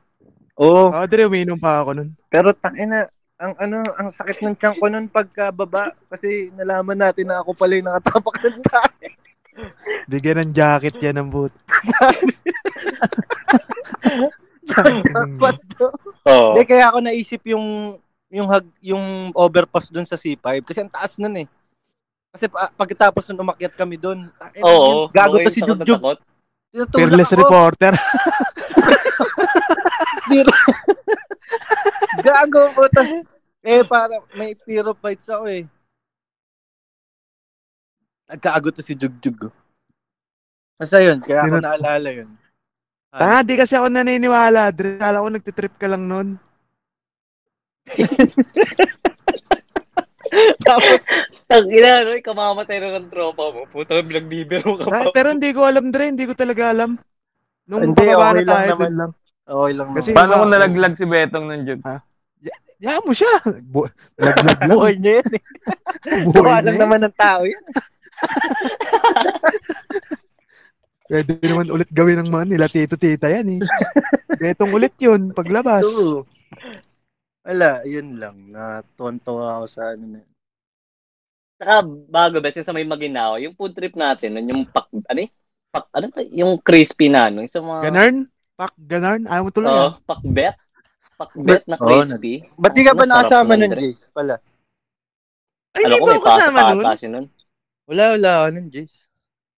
S12: Oo,
S4: Oo, Dre, umiinom pa ako nun.
S12: pero tangina, ang ano, ang sakit ng tiyan ko nun pagkababa kasi nalaman natin na ako pala yung nakatapak ng tayo.
S4: Bigyan ng jacket yan ng boot.
S12: Dapat to.
S9: Oo.
S12: Hindi, kaya ako naisip yung yung hag, yung overpass doon sa C5 kasi ang taas nun eh. Kasi pa, pagkatapos nun umakyat kami doon.
S9: Oo.
S12: Gago
S9: Oo,
S12: to
S9: yung
S12: si
S9: takot na
S12: Jugjug.
S9: takot.
S4: Fearless reporter.
S12: Gago ko to. Eh, para may piro fights ako eh. Nagkaago to si Jugjug. oh. Basta yun, kaya ako
S4: Hindi na-
S12: naalala yun.
S4: Tanga, Ah, di kasi ako naniniwala, Dre. Kala ko nagtitrip ka lang nun.
S9: Tapos, tang ina, no, kamamatay na ng tropa mo. Puta, nagbibiro ka
S4: Ah,
S9: pa.
S4: pero hindi ko alam, Dre. Hindi ko talaga alam. Nung
S9: Hindi,
S4: pababa
S9: okay
S4: na
S9: lang
S4: tayo,
S9: naman.
S4: dun lang.
S12: Okay lang
S4: Kasi
S3: Paano
S4: iba-
S3: kung nalaglag si Betong ng joke?
S4: Yaan mo siya. Bu- Laglag lang.
S12: Buhay niya yun eh.
S4: Buhay eh.
S12: Gawa
S4: niya
S12: lang
S4: yun.
S12: naman ng tao yun.
S4: Pwede naman ulit gawin ng mga nila tito-tita yan eh. Betong ulit yun, paglabas.
S12: Oo. Wala, yun lang. Natontawa ako sa ano na. yun.
S9: Saka bago, best yung sa may maginaw, yung food trip natin, nun yung pak, ano eh? Pak, ano pa? Yung crispy na, no? Yung sa mga...
S4: Ganarn? Pak, ganarn? Ayaw mo tuloy. ah.
S9: Oo, pakbet. Pakbet na
S12: Oo,
S9: crispy.
S12: Ba't di ka ba
S9: Ang sarap
S12: nakasama
S9: nun,
S12: nun,
S9: Dre.
S12: Jace? Wala.
S3: Ay,
S9: Alam
S3: hindi
S9: ko
S3: ba
S9: may
S3: ako
S9: pasok
S3: kasama
S9: pa
S3: nun?
S9: ata si nun.
S12: Wala, wala ako nun, Jace.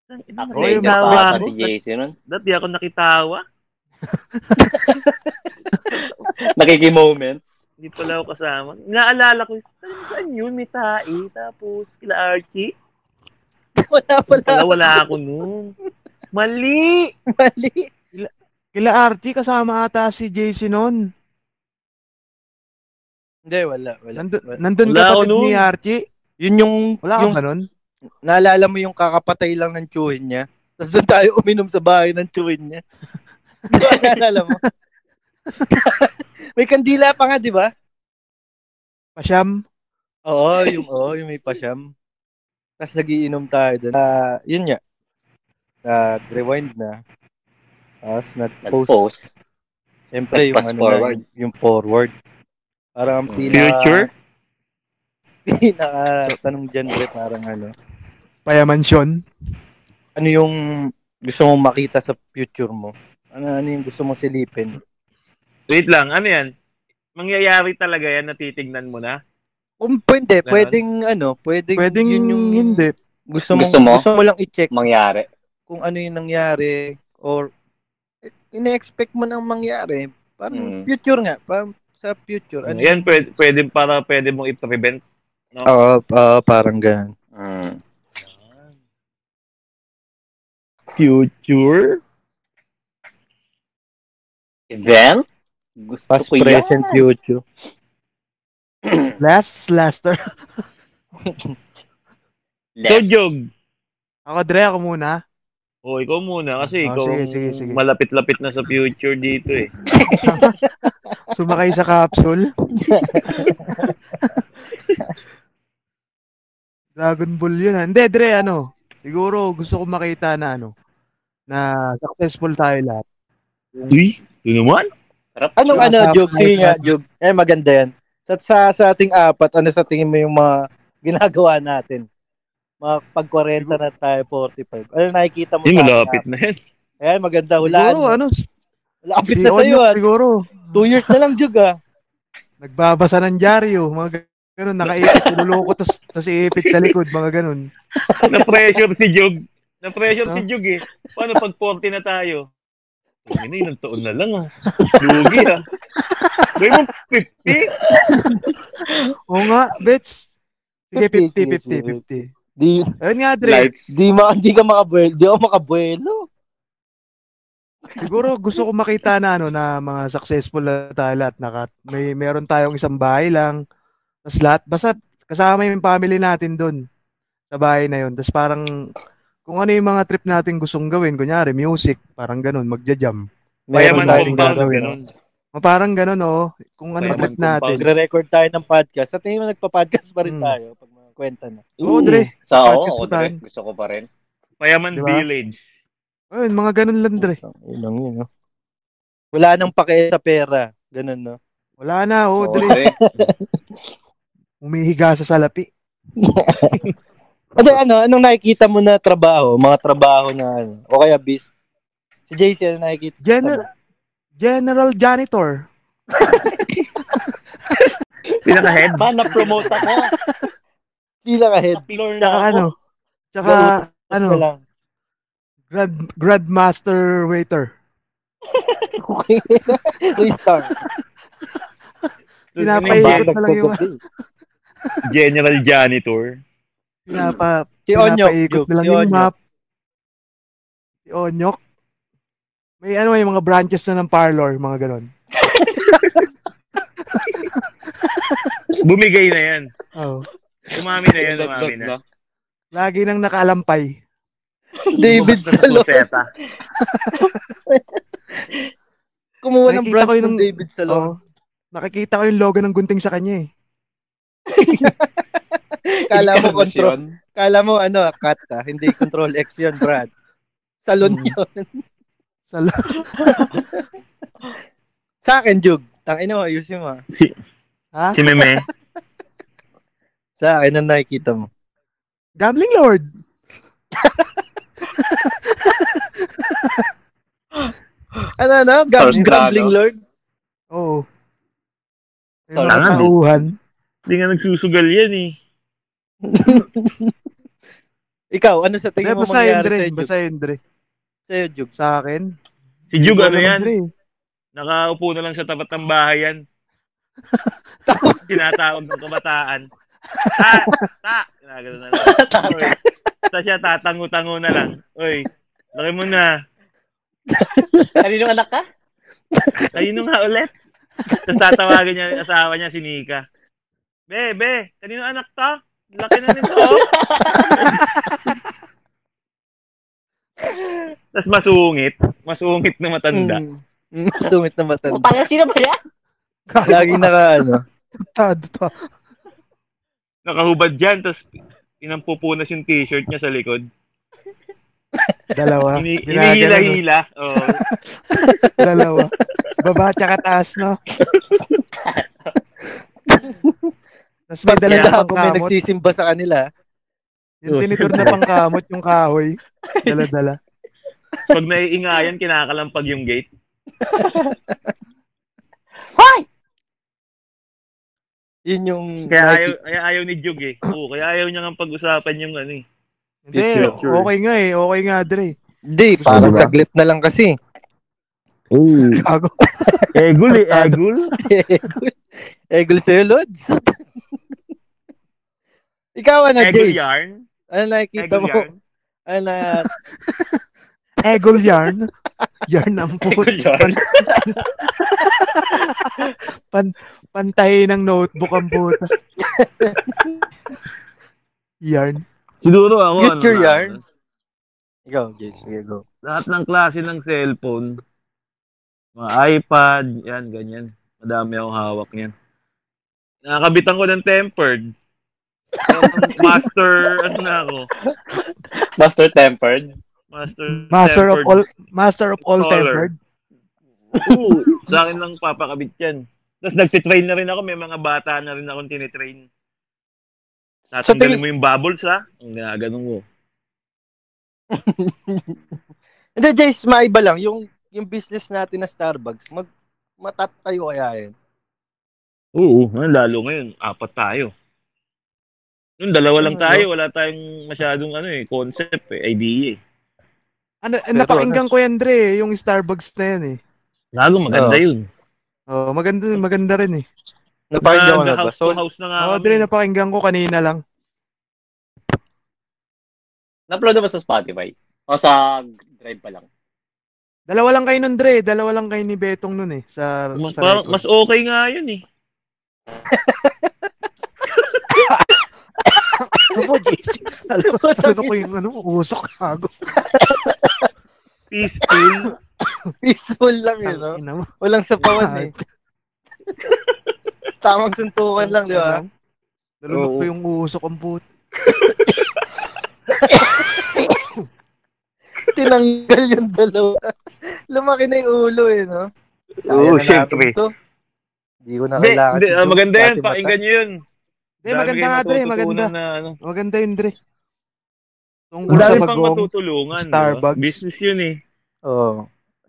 S9: Sa
S4: yung
S9: inyo pa
S4: bawa
S9: ata
S4: ko.
S9: si Jason nun.
S3: Dati ako nakitawa.
S9: Nakikimoments.
S3: Hindi pala ako kasama. Naalala ko, saan yun? May tae. Tapos, kila Archie.
S12: Wala, wala.
S3: Wala, wala ako nun. Mali!
S12: Mali.
S4: Kila Archie, kasama ata si JC noon.
S12: Hindi, wala, wala.
S4: Nandun,
S12: Wala.
S4: nandun
S3: Wala
S4: kapatid
S3: ako nun.
S4: ni Archie.
S12: Yun yung,
S4: Wala ka
S12: yung
S4: ba nun?
S12: naalala mo yung kakapatay lang ng tsuhin niya. Tapos doon tayo uminom sa bahay ng tsuhin niya. Di ba naalala mo? may kandila pa nga, di ba?
S4: Pasyam.
S12: Oo, yung, oo, yung may pasyam. Tapos nagiinom tayo doon. Ah, yun niya. Nag-rewind na. Tapos nag-post.
S9: Nag-post.
S12: Siyempre, yung,
S9: Nag-fast
S12: ano na,
S9: forward.
S12: yung, yung forward. Parang ang pina...
S1: Future?
S3: Ah,
S12: Pinaka tanong dyan, Brett, parang ano.
S4: Payamansyon.
S12: Ano yung gusto mong makita sa future mo? Ano, ano yung gusto mong silipin?
S3: Wait lang, ano yan? Mangyayari talaga yan, natitignan mo na?
S12: Kung pwede,
S3: Ganon.
S12: pwedeng ano, pwedeng,
S4: Pwedeng
S12: yun yung
S4: hindi.
S12: gusto mong,
S9: Gusto
S12: gusto
S9: mo?
S12: mo, lang i-check
S9: Mangyari.
S12: kung ano yung nangyari or eh, ine-expect mo nang mangyari.
S9: Mm.
S12: Parang future nga, parang sa future.
S9: Hmm.
S12: Ano?
S3: Yan, pwede, pwede para pwede mong i-prevent.
S12: Oo, oo, Ah, parang ganun.
S9: Mm.
S3: Future?
S9: Event? Gusto
S12: Past,
S9: ko yan.
S12: present, future.
S4: Last, laster.
S3: Yes.
S9: Less.
S4: ako, Dre, ako muna.
S3: O, ikaw muna kasi
S4: Oh,
S3: ikaw
S4: sige,
S3: ang
S4: sige, sige.
S3: malapit-lapit na sa future dito eh.
S4: Sumakay sa capsule. Dragon Ball yun. ha? Hindi, Dre, ano? Siguro gusto ko makita na ano, na successful tayo lahat.
S3: Uy, ito naman?
S12: Anong ano,
S4: Nakasama
S12: joke? Sige
S4: tayo
S12: nga,
S4: dyan.
S12: joke. Eh, maganda yan. Sa, sa, sa ating apat, ano sa tingin mo yung mga ginagawa natin? Mga pag 40 na tayo, 45. Ano nakikita mo
S3: Yung
S12: sa
S3: malapit na yan.
S12: ating- Ayan, maganda. Hulaan.
S4: Siguro,
S12: mo.
S4: ano,
S12: Lapit
S4: si
S12: na sa'yo,
S4: Onyok
S12: ah.
S4: siguro.
S12: Two years na lang, Jug, ah.
S4: Nagbabasa ng dyaryo, mga ga- ganun, nakaipit, tinuloko, tapos tas iipit sa likod, mga ganun.
S3: Na-pressure si Jog. Na-pressure
S4: Ah.
S3: si Jog eh. Paano pag 40 na tayo? Ay, na, ilang taon na lang ah. Lugi ah. Gawin mo 50?
S4: Oo nga, bitch. Sige, 50, 50, 50.
S12: 50, Di,
S4: Ayun nga, Dre.
S9: Lives.
S12: di, ma, di ka makabuelo. Di ako makabuelo.
S4: Siguro gusto ko makita na ano na mga successful na tayo lahat naka may meron tayong isang bahay lang. Tapos lahat basta kasama yung family natin doon sa bahay na yun. Tapos parang kung ano yung mga trip natin gustong gawin, kunyari music, parang ganun, magja-jam.
S3: Payaman
S12: Meron tayong
S3: kung paano
S12: gagawin.
S3: ganun.
S4: Ma, Parang ganun, oo. Kung ano
S3: Kaya
S4: trip
S3: magkumpang-
S4: natin.
S12: Magre-record tayo ng podcast. Sa tingin mo, nagpa-podcast pa rin
S4: Mm.
S12: tayo pag mga kwenta na.
S4: Oo, Dre.
S9: Sa ako,
S4: Bakit
S9: ako
S4: mo tayo?
S9: direct. Gusto ko pa rin.
S3: Payaman
S4: Diba?
S3: village.
S4: Ayun, mga ganun lang, Dre.
S12: Yun lang yun, no? Wala nang pake sa pera. Ganun, no?
S4: Wala na, oo,
S9: Oo,
S4: Dre.
S9: Dre.
S4: Umihiga sa salapi.
S12: Ano, ano, anong nakikita mo na trabaho? Mga trabaho na ano? O kaya bis? Si JC, ano nakikita?
S4: General General janitor.
S3: Pinaka-head.
S9: Eh, Paano promote ako?
S12: Pinaka-head.
S9: Floor na
S4: Tsaka
S9: ako.
S4: ano? Tsaka ano?
S12: Na lang.
S4: Grand Grandmaster waiter.
S12: Okay. Restart.
S4: Pinapaikot na lang yung ano,
S3: General janitor.
S4: pinapa
S12: Si Onyok.
S4: pinapaikot
S12: Duke,
S4: na lang
S12: si
S4: yung
S12: Onyok.
S4: map. Si Onyok. May ano, may mga branches na ng parlor, mga ganon.
S3: Bumigay na yan.
S4: Oo.
S12: Oh.
S3: Umami na yan, umami na.
S4: Lagi nang nakalampay.
S12: David Salon. Kumuha ng
S4: Nakikita ko Oh,
S12: brand
S4: yun
S12: ng
S4: ng-
S12: David Salon.
S4: Oo. nakikita ko yung logo ng gunting sa kanya eh.
S1: Kala mo
S12: Ano ba
S1: control. Kala mo ano, cut ah. Hindi control X yun, Brad.
S12: Salon
S4: Mm.
S12: yun.
S4: Sal-
S1: Sa akin, Jug. Tangina mo, ayusin mo. ah.
S4: ha?
S3: Si Meme.
S1: Sa akin ang nakikita mo.
S4: Gambling Lord.
S12: Ano, ano? Gam-
S9: Sarstrano.
S12: gambling lord?
S4: Oo. Yung
S9: Tol-
S4: mga
S3: Tanga,
S4: tauhan.
S3: Hindi nga nagsusugal yan eh.
S12: Ikaw, ano sa
S4: Hindi,
S12: tingin mo
S4: basahin,
S12: mangyayari
S4: Dre.
S12: sa'yo, Jug?
S4: Basahin, Dre.
S12: Sa'yo, Jug?
S4: Sa akin.
S3: Si Jug, ano
S4: Wala
S3: yan?
S4: Dre.
S3: Nakaupo na lang sa tapat ng bahay yan. Tapos tinatawag ng kabataan. Ta! Ta! Ginagano na lang. Oy. Sa siya, tatango-tango na lang. Oy, laki mo na.
S9: Kanino anak ka?
S3: Kanino nga ulit? Tapos tatawagan niya yung asawa niya, si Nika. Be, be, kanino anak to? Laki na nito. oh." Tapos masungit. Masungit na matanda.
S12: Mm. Mm, Sungit na
S9: O
S12: matanda.
S9: pala, sino ba yan?
S1: Laging naka ano.
S4: Tado to.
S3: Nakahubad dyan, tapos pinampupunas yung t-shirt niya sa likod.
S4: Dalawa.
S3: Ini,
S4: Ginagano, no?
S3: inihila-hila. Oo.
S4: Dalawa. Baba tsaka taas, no? Tapos may dala
S12: Dala
S4: na
S12: ako may
S4: pangkamot.
S12: nagsisimba sa kanila.
S4: Yung tinitur na pangkamot, yung kahoy. Dala-dala.
S3: Pag naiingayan, kinakalampag yung gate.
S12: Yun yung...
S3: Kaya ayaw,
S12: nakiki-
S3: kaya ayaw ni Jug eh. Oo, kaya ayaw niya nga pag-usapan yung ano eh.
S4: Hindi, okay nga eh. Okay nga, Dre.
S1: Hindi, parang saglit na lang kasi.
S4: Gago.
S3: Egul eh, egul.
S12: Egol sa'yo, Lods. Ikaw, ano,
S3: Egul
S12: Jace?
S3: yarn.
S12: Ano nakikita
S3: Egul
S12: mo?
S3: yarn.
S12: Ano na-
S4: Egol yarn. Yarn ang puto.
S9: Egol yarn.
S4: pan, pantay ng notebook ang puta. yarn.
S3: Siguro ako.
S12: Get your
S3: lang,
S12: yarn.
S1: Ikaw, Jace. Sige, go.
S3: Lahat ng klase ng cellphone. Mga iPad, yan, ganyan. Madami akong hawak niyan. Nakakabitan ko ng tempered. Parang master, ano na ako?
S9: Master Tempered.
S3: Master,
S4: Master of
S3: tempered.
S4: all master of all
S3: Color.
S4: tempered.
S3: Oo, sa akin lang papakabit yan. Tapos nagtitrain na rin ako. May mga bata na rin akong tinitrain. Tatanggalin
S12: tingin-
S3: mo yung bubbles, ha? Ang ganun mo.
S12: Hindi, Jace, maiba lang. Yung, yung business natin na Starbucks, mag, matatayo kaya yun.
S3: Oo, ah, lalo ngayon. Apat tayo. Noon, dalawa lang tayo. Wala tayong masyadong ano eh, concept eh, idea eh.
S4: Ano, napakinggan ko yan, Dre, eh, yung Starbucks na yan eh.
S3: Lago, maganda
S1: Oo.
S3: yun.
S4: Oh, maganda, maganda rin eh.
S1: Napakinggan ko na ba?
S3: house
S1: So,
S3: to house na nga
S4: Oh,
S3: kami.
S4: Dre, napakinggan ko kanina lang.
S9: Na-upload na ba sa Spotify? O sa Drive pa lang?
S4: Dalawa lang kayo nun, Dre. Dalawa lang kayo ni Betong nun eh. Sa,
S3: Mas,
S4: sa
S3: parang,
S4: record.
S3: mas okay nga yun eh.
S4: Ano ko, Jace? Talo- talo ko yung ano, usok. Gago.
S3: Peaceful.
S12: Peaceful lang yun, no?
S4: Tangina mo.
S12: Walang sapawan eh. Tamang suntukan lang, di ba?
S4: Nalunok
S3: Oo.
S4: ko yung usok ang puto.
S12: Tinanggal yung dalawa. Lumaki na yung ulo eh, no?
S3: Oo,
S1: kaya na natin
S3: syempre.
S1: to. Hindi ko na
S3: Hindi,
S1: kailangan.
S3: hindi, ah,
S1: ito.
S3: maganda yan.
S1: Dati mata.
S3: Pakinggan nyo yun.
S4: Hindi,
S3: Dami
S4: maganda
S3: kayong
S4: nga, Dre,
S3: matututunan
S4: maganda.
S3: Na, ano.
S4: Maganda yun, Dre. Tungkol
S3: Ang
S4: sa
S3: dami pang
S4: bagong
S3: matutulungan. di ba?
S4: Starbucks.
S3: Business yun eh.
S1: Oo.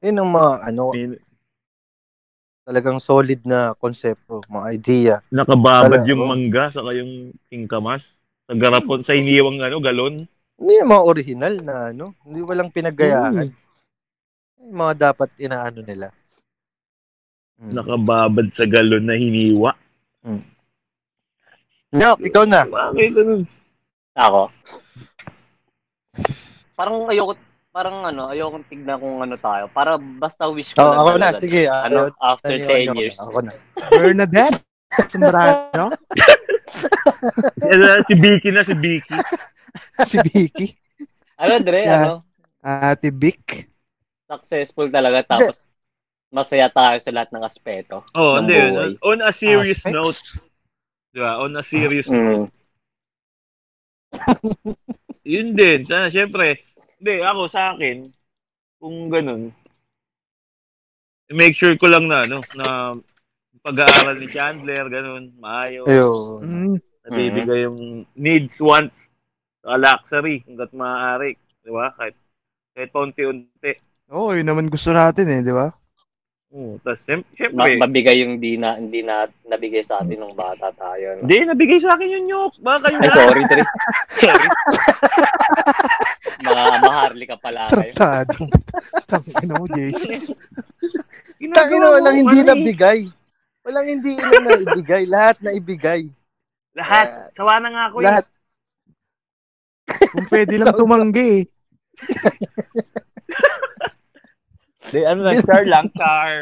S1: Yun ang mga, ano, talagang solid na konsepto, mga idea.
S3: Nakababad
S1: Wala,
S3: yung
S1: oh.
S3: mangga, saka yung tingkamas. Sa garapon, sa iniwang ano, galon.
S1: Hindi yung mga original na, ano, hindi walang pinaggayahan. Yung mga dapat inaano nila.
S3: Nakababad sa galon na hiniwa.
S1: Nyok, ikaw na.
S3: Bakit ganun?
S9: Ako? Parang ayoko, parang ano, ayokong tignan kung ano tayo. Para basta wish ko
S13: Oh, ako na,
S9: talaga.
S13: sige. ah,
S9: Ano,
S13: ayun,
S9: after
S13: ayun,
S9: 10
S13: ayun,
S9: years.
S13: Ako na.
S4: Bernadette Sombrano?
S3: Ano, si Vicky na, si Vicky.
S4: si Vicky?
S9: Ano, Dre,
S4: Ah,
S9: ano?
S4: Ate Vic?
S9: Successful talaga, tapos masaya tayo sa lahat ng aspeto.
S3: Oh,
S9: ng
S3: hindi.
S9: buhay.
S3: On, on a serious
S4: Aspects?
S3: note. Di ba? On a serious
S9: Mm.
S3: note. Yun din. Sana, syempre. Hindi, ako sa akin, kung ganun, make sure ko lang na, ano, na pag-aaral ni Chandler, ganun, maayos.
S13: Ayun.
S4: Mm.
S3: Nabibigay yung needs, wants, saka luxury, hanggat maaari. Di ba? Kahit, kahit paunti-unti.
S4: Oo, yun naman gusto natin eh, di ba?
S3: Oo, Tapos, syem-
S9: Ma-
S3: Hmm, syempre,
S9: mabigay yung di na, hindi na nabigay sa atin nung bata tayo. no?
S3: hindi, nabigay sa akin yung nyok. Baka kayo
S9: Ay,
S3: na.
S9: sorry, Dre. Sorry. Mga maharli ka pala kayo.
S4: Tratado. Tangin mo, Jason.
S12: Tangin na walang hindi
S3: Ano eh?
S12: nabigay. Walang hindi na naibigay. Lahat na ibigay.
S3: Lahat. Sawa na nga ako. eh.
S12: Lahat.
S4: Kung pwede lang tumanggi eh.
S3: Di, ano lang, char lang. Char.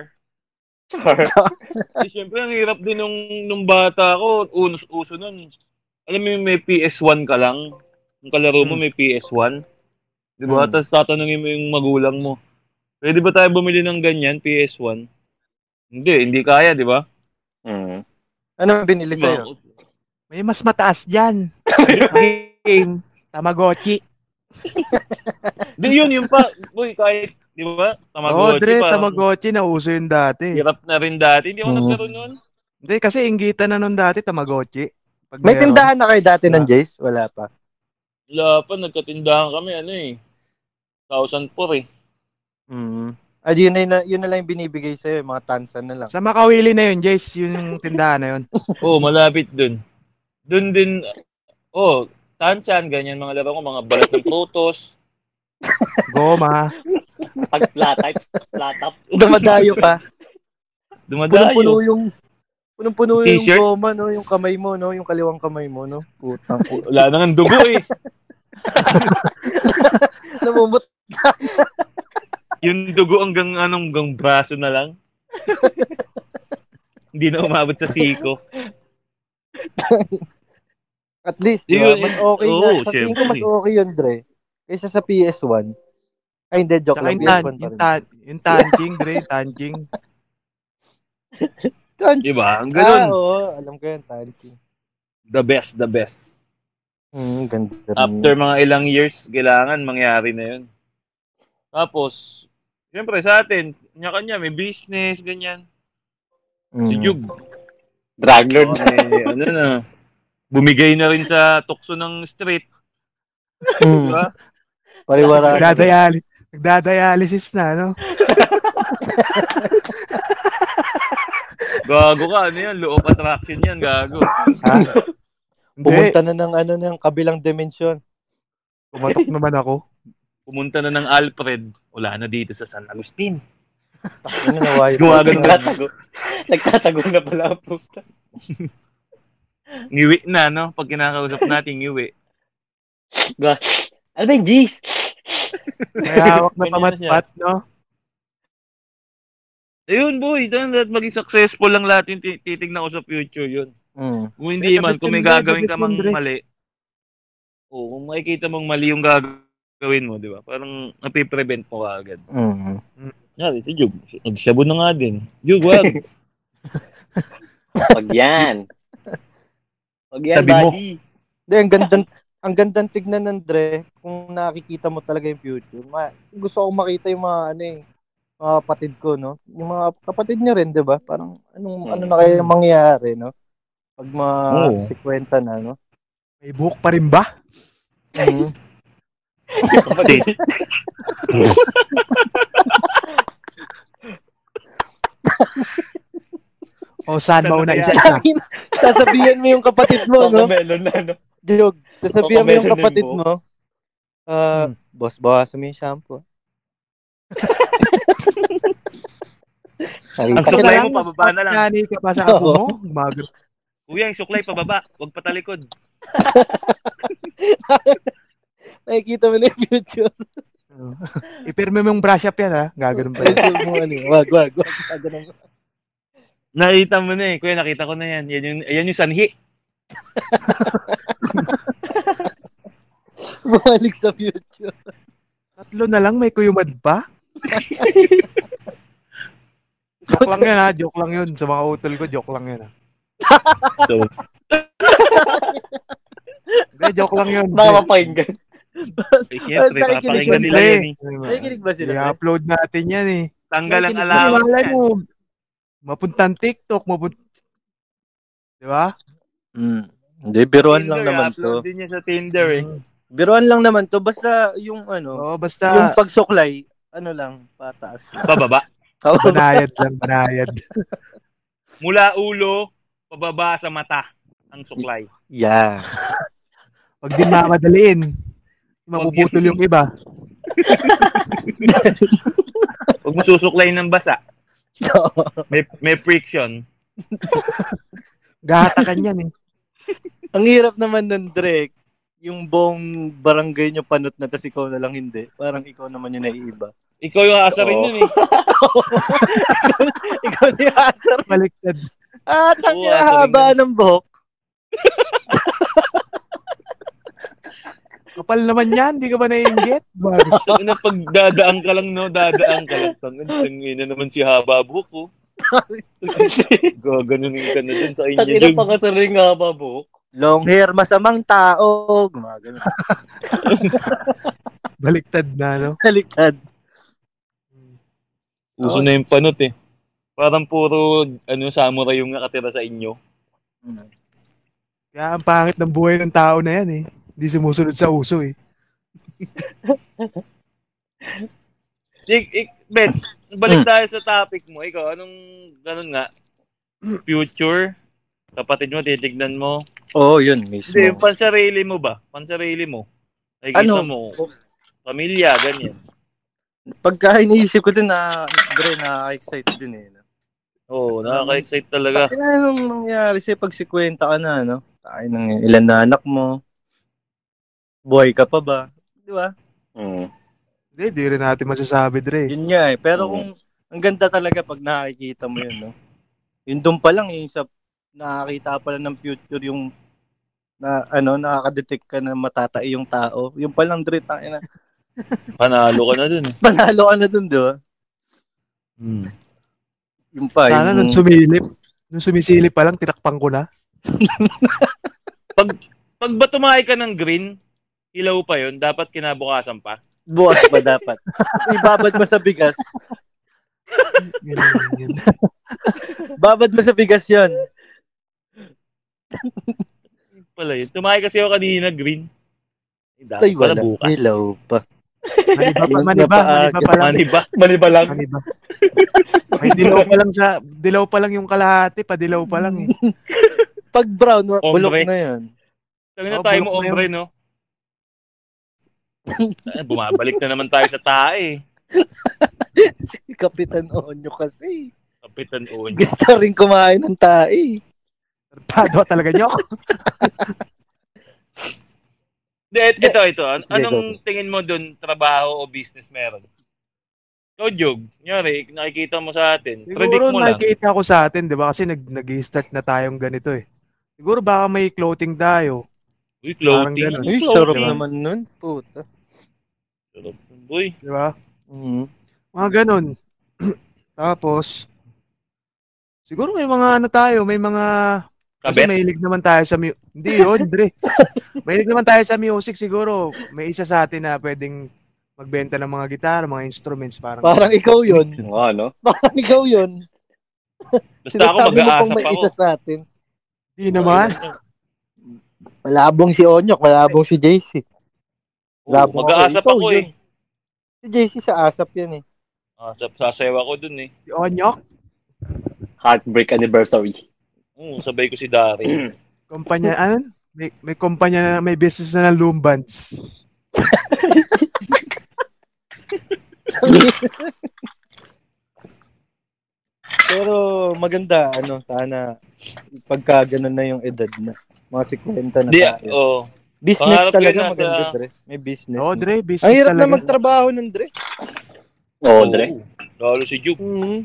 S3: Char. Siyempre, ang hirap din nung, nung bata ko. Unos, uso nun. Alam mo, yung may PS1 ka lang. Yung kalaro mo, may PS1. Di ba? Tapos tatanungin mo yung magulang mo. Pwede ba tayo bumili ng ganyan, PS1? Hindi, hindi kaya, di ba?
S9: Mm.
S12: Ano binili sa'yo?
S3: Mga-
S4: May mas mataas dyan.
S3: Game.
S4: Tamagotchi.
S3: Di yun, yun pa. Uy, kahit, di ba?
S4: Oo,
S3: Tamagotchi
S4: Dre,
S3: pa.
S4: Tamagotchi na uso yun dati.
S3: Hirap na rin dati. Hindi ako
S12: Oo.
S3: nagkaroon nun.
S4: Hindi, kasi inggitan na nun dati, Tamagotchi. Pag
S12: May
S4: meron.
S12: tindahan na kayo dati ng Jace? Wala pa.
S3: Wala pa, nagkatindahan kami, ano eh. 1,004 eh.
S12: Mm. Ay, yun, na, yun na lang yung binibigay sa'yo, yung mga tansan na lang.
S4: Sa Makawili na yun, Jace, yung tindahan na yun.
S3: Oo, oh, malapit dun. Dun din, oh, tanchan, ganyan mga laro ko, mga balat ng protos.
S4: Goma.
S9: Pag flat types, flat up.
S12: Dumadayo pa. Punong-puno
S3: Dumadayo.
S12: yung punong-puno yung
S3: T-shirt?
S12: goma, no? Yung kamay mo, no? Yung kaliwang kamay mo, no? Putang puto.
S3: Wala na ng dugo eh.
S12: Namumut.
S3: Yung dugo hanggang, anong, hanggang braso na lang. Hindi na umabot sa siko.
S12: At least, di ba?
S3: Yun,
S12: Mas
S3: yun.
S12: okay
S3: Oo,
S12: na. Sa tingin ko,
S3: syempre.
S12: mas okay yun, Dre. Kaysa sa PS1. Ay, hindi, joke
S4: Tsaka
S12: lang.
S4: yung, tan,
S12: PS1 pa
S4: yung,
S12: rin.
S4: tan, yung tanking, Dre, yung tanking.
S12: Tan-
S3: Di ba? Ang
S12: Ah,
S3: ganun.
S12: oo. Alam ko yun, tanking.
S3: The best, the best.
S12: Hmm, ganda rin.
S3: After mga ilang years, kailangan mangyari na yun. Tapos, siyempre sa atin, kanya-kanya, may business, ganyan. Si
S12: Mm.
S3: Jug,
S9: Drag lord.
S3: eh, ano na, bumigay na rin sa tukso ng street, di
S12: Mm.
S3: ba?
S12: Pariwara.
S4: Nagdadialysis, nagdadialysis na, no?
S3: Gago ka, ano yan, law of attraction yan, gago.
S4: Hindi,
S12: Pumunta na ng ano ng kabilang dimensyon.
S4: kumatok naman ako.
S3: Pumunta na ng Alfred, wala na dito sa San Agustin.
S12: Ano na wire?
S3: Gumagano na,
S9: Nagtatago. Nagtatago na pala po.
S3: ngiwi na, no? Pag kinakausap natin, ngiwi.
S9: Ano ba yung G's?
S4: May hawak na
S3: Ganyan na
S4: pamatpat, no?
S3: Ayun, boy, dahil lahat maging successful lang lahat yung ti- titignan ko sa future yun.
S12: Mm.
S1: Hmm.
S3: Kung hindi
S4: Kaya
S3: man, kung may
S4: dapat yun,
S3: gagawin ka
S4: dapat yun,
S3: mang
S4: Dre.
S3: mali, oo, kung makikita mong mali yung gagawin mo, di ba? Parang napiprevent mo ka agad.
S12: Mm.
S3: Nga, si Jug, nagsabo na nga din. Jug, wag.
S9: Pag yan. Pag yan,
S3: Sabi mo.
S9: buddy.
S12: Hindi, ang ganda ang gandang tignan ng Dre kung nakikita mo talaga yung future. Ma, gusto kong makita yung mga ano eh, mga kapatid ko, no? Yung mga kapatid niya rin, 'di ba? Parang anong
S9: Mm.
S12: ano na kaya yung mangyayari, no? Pag mga
S3: Oo.
S12: 50 na, no?
S4: May buhok pa rin ba?
S12: Mm.
S4: O saan
S3: Saan
S4: mo na
S3: na
S4: isa na?
S12: Tangin, sasabihan mo yung kapatid mo, no?
S9: melon na, no?
S12: Jog,
S9: Baka
S12: sasabihan mo yung
S9: meron din
S12: kapatid mo. Ah,
S3: Hmm.
S12: boss, bawasan mo yung shampoo.
S3: Ang
S4: Kasi
S3: suklay
S4: lang,
S3: mo, pababa na lang.
S4: Nani ka pa sa apo mo? Gumagano.
S3: Kuya, yung suklay, pababa. Huwag patalikod.
S12: Nakikita mo na yung future.
S4: Ipirme mo yung brush up yan, ha? Gaganon pa
S1: Ayun mo, ano, wag, wag, wag, gaganon mo.
S3: Nakita mo na eh. Kuya, nakita ko na yan. Yan yung, yan yung sanhi.
S1: Bumalik sa future.
S4: Tatlo na lang, may kuyumad pa? joke lang yan, ha? Joke lang yun. Sa mga utol ko, joke lang yun, ha?
S14: So,
S4: Hindi, joke lang yun.
S9: Baka mapakinggan.
S3: Eh, siyempre,
S1: Ay, takikinig
S3: papakinggan
S1: yun,
S3: nila
S4: pre.
S3: yan eh.
S1: Nakikinig ba sila? pre?
S4: I-upload natin yan, eh.
S3: Tanggal ang
S1: Nakikinig-
S3: allowance
S4: Wala
S3: yan.
S4: mo. Mapuntang TikTok, mapunt... Di ba?
S1: Mm. Hindi, biruan lang
S3: Tinder,
S1: naman
S3: i-upload
S1: to.
S3: din niya sa Tinder eh.
S1: Biruan lang naman to. Basta yung ano,
S4: Oo,
S1: yung
S4: basta
S1: pagsuklay, ano lang, pataas.
S3: Pababa.
S1: Pababa.
S4: banayad lang, banayad.
S3: Mula ulo, pababa sa mata. Ang suklay.
S1: yeah.
S4: Huwag din mamadaliin. Mapuputol yung iba.
S3: Huwag mo susuklay ng basa.
S1: Oo.
S3: May, may friction.
S4: Gahatakan yan, eh.
S1: Ang hirap naman nun, Drake. Yung buong barangay nyo panot na tas ikaw na lang hindi. Parang ikaw naman yung naiiba.
S3: Ikaw yung asa rin
S9: Oo.
S3: nun eh.
S1: ikaw ni Hazard.
S4: Baliktad.
S1: Ah,
S3: Oo,
S1: tangina
S3: Hazard
S1: haba ng buhok.
S4: Kapal naman yan, di ka ba naiinggit? Bago.
S3: Tang ina, pag dadaan ka lang, no? Dadaan ka lang. Tang ina, tang ina naman si Haba Buhok, oh. Gaganunin ka na dun sa
S9: Ang
S3: inyo,
S9: ina
S3: Jim.
S9: pa ka sa ring ah, nga ba, Buk?
S1: Long hair, masamang tao. Gumagano.
S4: Baliktad na, no?
S1: Baliktad.
S3: Uso na yung panot, eh. Parang puro, ano, samurai yung nakatira sa inyo.
S4: Kaya ang pangit ng buhay ng tao na yan, eh. Hindi sumusunod sa uso, eh.
S3: Ik, ik, Ben,
S9: Hmm.
S3: balik tayo sa topic mo. Ikaw, anong, ganun nga, future, kapatid mo, titignan mo.
S1: Oo, oh, yun mismo.
S3: Hindi, yung pansarili mo ba? Pansarili mo. Nakikita
S1: Ano?
S3: mo, pamilya, ganyan.
S1: Pagka iniisip ko din na, Dre, na-excite din eh. no?
S3: Oo, oh, nakaka-excite
S4: Diba?
S3: talaga.
S1: Ano anong nangyari sa'yo pag 50 ka na, no? Ay, nang ilan na anak mo? Buhay ka pa ba? Diba? Di ba?
S9: Mm.
S4: Hindi, di rin natin masasabi, Dre.
S1: Yun nga eh. Pero
S9: Oo.
S1: kung, ang ganda talaga pag nakikita mo yun, no? Yun doon pa lang, yung sa, nakakita pa lang ng future yung na ano nakaka-detect ka na matatai yung tao. Yung pa lang Dre, tangina.
S3: Panalo ka na dun. eh.
S1: Panalo ka na dun, di ba? Yung pa,
S4: Sana
S1: yung...
S4: nung sumilip, nung sumisilip pa lang, tinakpan ko na.
S3: Pag ba tumakay ka ng green, ilaw pa yun, dapat kinabukasan pa.
S1: Buwas ba dapat? Ibabad mo sa bigas.
S4: Ganyan, ganyan.
S1: Babad mo sa bigas yun.
S3: Pala yun. Tumakay kasi ako kanina green. Eh, Dapat
S1: Ay,
S3: pala
S1: wala.
S3: bukas.
S1: Ilaw pa.
S4: Maniba pa, maniba, maniba pa lang.
S3: Mani
S4: eh.
S3: ba?
S9: Mali ba lang?
S4: Maniba. Ay, dilaw pa lang siya. Dilaw pa lang yung kalahati, padilaw pa lang eh.
S1: Pag brown, wa-
S3: Ombre.
S1: bulok na yun.
S3: Sabi na
S4: Oh,
S3: tayo
S4: bulok
S3: mo,
S4: na yun.
S3: ombre, no? Eh, Bumabalik na naman tayo sa tae.
S1: Si Kapitan Onyo kasi.
S3: Kapitan Onyo.
S1: Gusto rin kumain ng tae.
S4: Tado talaga niyo.
S3: Ito, ito, ito. An-
S1: Sige,
S3: Anong tingin mo dun, trabaho o business meron? Ikaw, Jog. Nyari, nakikita mo sa atin. Predict
S4: Siguro
S3: mo lang.
S4: nakikita ko sa atin, di ba? Kasi nag nag-start na tayong ganito eh. Siguro baka may clothing tayo.
S3: Uy,
S4: Parang
S3: clothing.
S4: ganun.
S1: Ay,
S3: Clothing.
S1: sarap naman nun. Puta.
S3: Sarap. Uy,
S4: Di ba?
S1: Mm.
S4: Mga ganun. Tapos, siguro may mga ano tayo, may mga... Kasi
S3: kabet.
S4: mahilig naman tayo sa music. Hindi yun, Dre. mahilig naman tayo sa music siguro. May isa sa atin na pwedeng magbenta ng mga gitara, mga instruments. Parang,
S1: Parang ikaw yun.
S9: Oo, ano?
S1: Parang ikaw yun.
S3: Basta ako
S1: Sinasabi mo
S3: mag-aasa
S1: pang
S3: pa
S1: may
S3: ako.
S1: isa sa atin.
S4: Hindi naman.
S1: Malabong si Onyok, malabong si JC.
S3: Oo, mag-aasap ako eh.
S1: Si JC sa asap yan eh.
S3: Ah, sa- sasayaw ako dun eh.
S4: Si Onyok,
S9: Heartbreak anniversary.
S3: Oo, sabay ko si
S1: Hmm.
S3: Dari.
S4: kumpanya, ano? May, may kumpanya na, may business na ng Lumbans.
S1: Pero maganda, ano, sana pagka ganun na yung edad na. Mga 50 na
S3: Hindi,
S1: tayo.
S3: oh.
S1: Business
S3: Pangarap
S1: talaga
S3: yun, nasa-
S1: maganda, Dre. May business.
S4: Oo,
S1: na.
S4: Dre, business
S1: Ang hirap
S4: talaga.
S1: na magtrabaho nun, Dre.
S9: Oo, Dre.
S3: Lalo si Juke.
S1: Mm-hmm.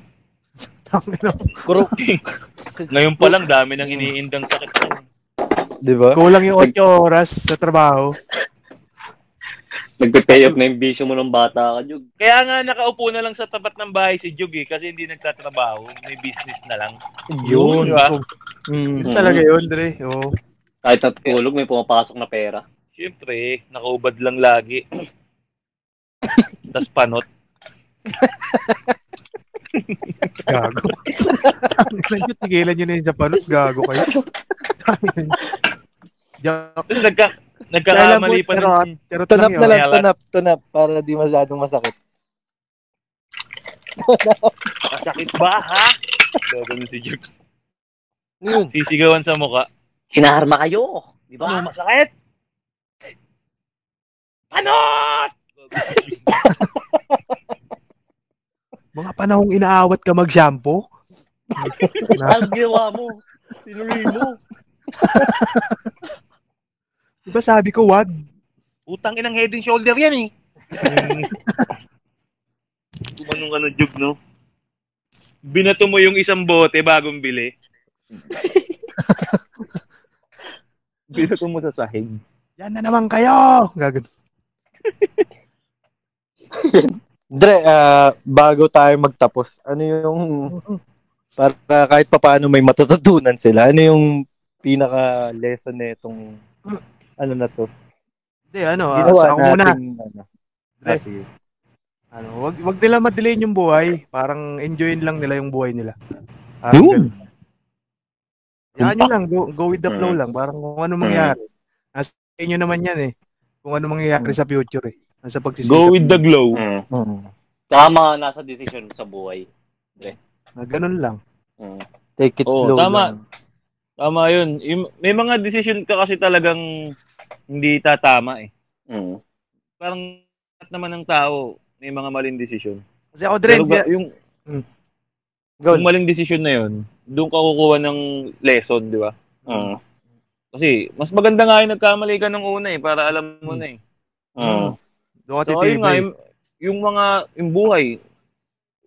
S4: Tangina.
S1: Kuro,
S3: Ngayon pa lang, dami nang iniindang sakit.
S1: di ba?
S4: Kulang yung 8 oras sa trabaho.
S9: Nagpe-pay off na yung bisyo mo ng bata ka, Jug.
S3: Kaya nga nakaupo na lang sa tapat ng bahay si Jugi kasi hindi nagtatrabaho, may business na lang.
S1: Yun.
S3: Di ba?
S1: Mm.
S4: Yun talaga yun, Dre. Oo.
S9: Kahit natutulog, may pumapasok na pera.
S3: Siyempre, nakaubad lang lagi. Tapos panot.
S4: Gago. Tangina nyo, tigilan nyo na yun sa panot. Gago kayo. Tangina nyo. Joke.
S3: Tapos nagka,
S4: Lala mo,
S3: nagkakamali pa
S4: pero,
S3: ng...
S4: pero
S1: Tunap na lang,
S3: Kaya-
S1: tunap, tunap. Para di masyadong masakit.
S3: Masakit ba, ha? Gagawin si Jugi. Ano
S1: Yun.
S3: Sisigawan sa muka.
S9: Hinaharma kayo. Di ba?
S3: Ano, masakit? Panot!
S4: Mga panahong inaawat ka mag-shampoo.
S9: Ang ginawa mo. Tinuloy mo.
S4: Diba sabi ko, wag.
S3: Utang inang head and shoulder yan eh. Kumanong ka ng jug, no? Binato mo yung isang bote bagong bili. Binato mo sa sahig.
S4: Yan na naman kayo! Gago.
S1: Dre, ah, bago tayo magtapos, ano yung para kahit papaano may matututunan sila? Ano yung pinaka lesson nitong ano na to?
S4: Hindi, ano, ah,
S1: Ginawa
S4: sa ako muna.
S1: natin ano.
S4: Dre.
S1: Ah, sige.
S4: Ano, wag, wag nila madelayin yung buhay. Parang enjoyin lang nila yung buhay nila.
S1: Yun.
S4: Parang ganun. Yan yun lang, go, go with the flow
S9: Mm.
S4: lang. Parang kung ano mangyari.
S3: Mm.
S4: Nasa inyo naman yan eh. Kung ano mangyayari sa future eh. Nasa pagsisikap.
S3: Go with the glow.
S9: Mm.
S1: Mm.
S9: Tama nasa decision sa buhay.
S4: Na ganun lang.
S9: Mm.
S1: Take it
S3: Oo,
S1: slow.
S3: Oh, tama.
S1: lang.
S3: Tama yun. Yung- May mga decision ka kasi talagang hindi tatama eh.
S9: Mm.
S3: Parang lahat naman ng tao may mga maling decision.
S4: Kasi ako, Dre,
S3: Pero
S4: hindi-
S3: ba- yung,
S4: Mm.
S1: Hmm. Go.
S3: yung maling decision na yun, doon ka kukuha ng lesson, di ba?
S9: Mm.
S3: Kasi mas maganda nga yung nagkamali ka nung una eh, para alam
S1: Hmm.
S3: mo na eh.
S9: Mm.
S4: doon
S3: So, ayun
S4: ka
S3: nga,
S1: eh.
S4: titibay.
S3: yung, yung mga, yung buhay,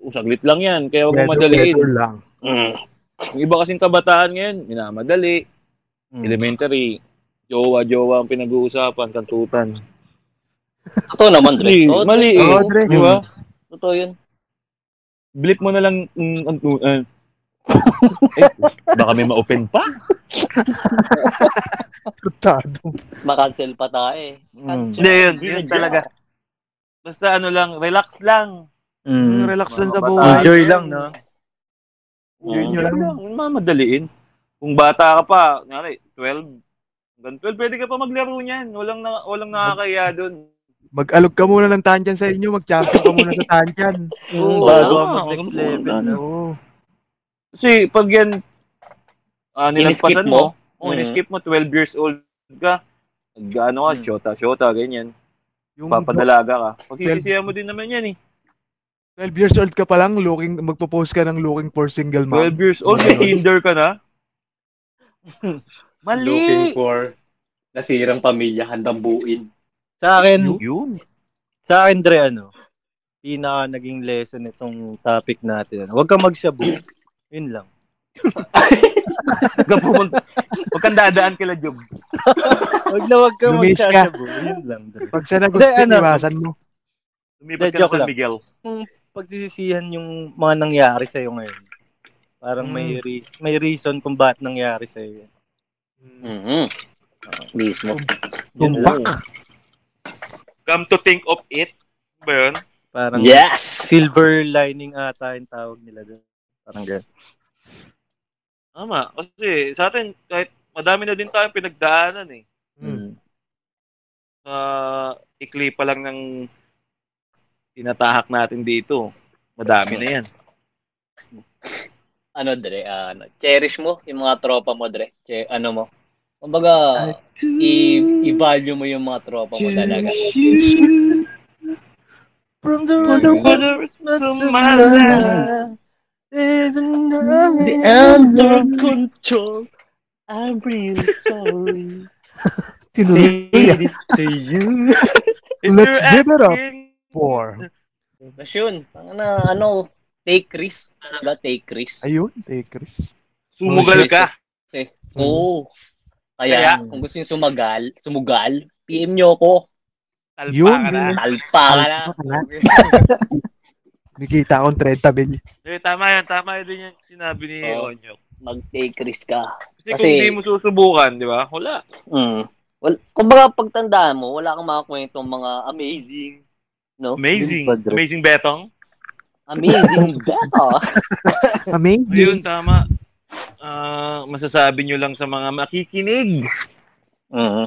S3: oh, saglit lang yan, kaya huwag mong
S4: Medyo-
S3: madaliin.
S4: medyo lang.
S9: Mm.
S3: Yung iba kasing kabataan ngayon, minamadali, Hmm.
S1: Mm.
S3: elementary, jowa-jowa ang pinag-uusapan, kantutan.
S9: Totoo naman, Dre.
S3: Mali,
S9: Totoo,
S3: mali eh.
S4: Oo, Dre.
S3: Di ba?
S9: Totoo yun.
S3: Blip mo na lang mm, ang tu- eh. eh, baka may ma-open pa.
S4: Tado.
S9: Makancel pa tayo eh. Cancel.
S3: Hindi, yun. Yun talaga. Basta ano lang, relax lang.
S1: Mm.
S4: Relax lang sa
S3: Mga
S4: buhay.
S3: bata.
S1: Enjoy lang, no?
S4: Yun
S9: Mm.
S4: yun lang.
S3: Mamadaliin. Kung bata ka pa, nari, 12, hanggang 12, pwede ka pa maglaro niyan. Walang, na, walang nakakaya doon.
S4: Mag-alog ka muna ng tantyan sa inyo. Mag-champion ka muna sa tantyan.
S1: Mm,
S3: Oo,
S1: bago
S3: wala.
S1: ang mag-next level. no?
S4: Oo.
S3: Kasi pag yan, ah, nilagpasan
S9: Iniskip
S3: mo,
S9: mo?
S3: kung
S9: Mm.
S3: skip mo, 12 years old ka, gaano
S9: Mm.
S3: ka, shota, shota, ganyan.
S4: Yung
S3: Papadalaga ka. Pagsisisihan mo din naman yan eh.
S4: 12 years old ka pa lang, looking, magpo-post ka ng looking for single mom.
S3: 12 years old, may Tinder ka na.
S9: Looking
S3: Mali!
S9: for nasirang pamilya, handang buuin.
S1: Sa akin,
S3: Yun.
S1: sa akin, Dre, ano, pinaka naging lesson itong topic natin. ano, Huwag kang magsabo. Yun lang.
S3: Huwag kang pumunta- huwag kang dadaan kila Job.
S1: Huwag na huwag kang
S4: Lumis ka.
S1: magsasabo. Yun lang, Dre.
S4: Pag siya
S1: Hindi,
S4: nagustuhan,
S1: ano-
S4: iwasan mo.
S3: Lumipat
S1: Hindi,
S3: ka na
S1: joke
S3: San
S1: lang.
S3: Miguel.
S1: yung pagsisisihan yung mga nangyari sa iyo ngayon. Parang may reas- may reason kung bakit nangyari sa iyo.
S9: Mm-hmm. Mismo.
S4: Tumbak.
S3: Come to think of it, ba yun?
S1: Parang
S9: Yes!
S1: silver lining ata yung tawag nila doon. Parang ganun.
S3: Tama. Kasi sa atin, kahit madami na din tayong pinagdaanan eh.
S4: Hmm.
S1: Mm.
S3: Sa ikli pa lang ng tinatahak natin dito. Madami na yan.
S9: Ano, Dre? ah, Ano, cherish mo yung mga tropa mo, Dre. Che, ano mo? Kumbaga, i- i-value mo yung mga tropa mo talaga.
S1: From the
S9: The under control. I'm real sorry.
S4: Tinuloy
S9: Say
S4: niya.
S9: this to you.
S4: Let's give it up for...
S9: Tapos yun, ano, ano, take risk. Talaga, take risk.
S4: Ayun, eh, Chris. Oh,
S9: Sumugal
S3: ka.
S9: Kasi, oo. Kaya,
S4: Kaya-
S9: kung gusto nyo sumagal, sumugal, PM nyo ako.
S3: Talpa
S4: Yun, ka na. yun.
S9: Talpa ka na.
S4: Talpa ka na. Nakikita akong 30 bill.
S3: Eh, tama yan. Tama yun din yung sinabi ni
S9: Oo.
S3: Onyok.
S9: Mag-take risk ka.
S3: Kasi, kung
S9: Kasi-
S3: hindi mo susubukan, di ba? Wala.
S9: Mm. Well, kumbaga pagtandaan mo, wala kang mga kwentong mga amazing, no?
S3: Amazing.
S1: Yun pa, Dre.
S3: Amazing betong.
S9: Amazing beto.
S3: Ayun,
S4: Amazing.
S3: tama. Ah, masasabi nyo lang sa mga makikinig.
S9: mm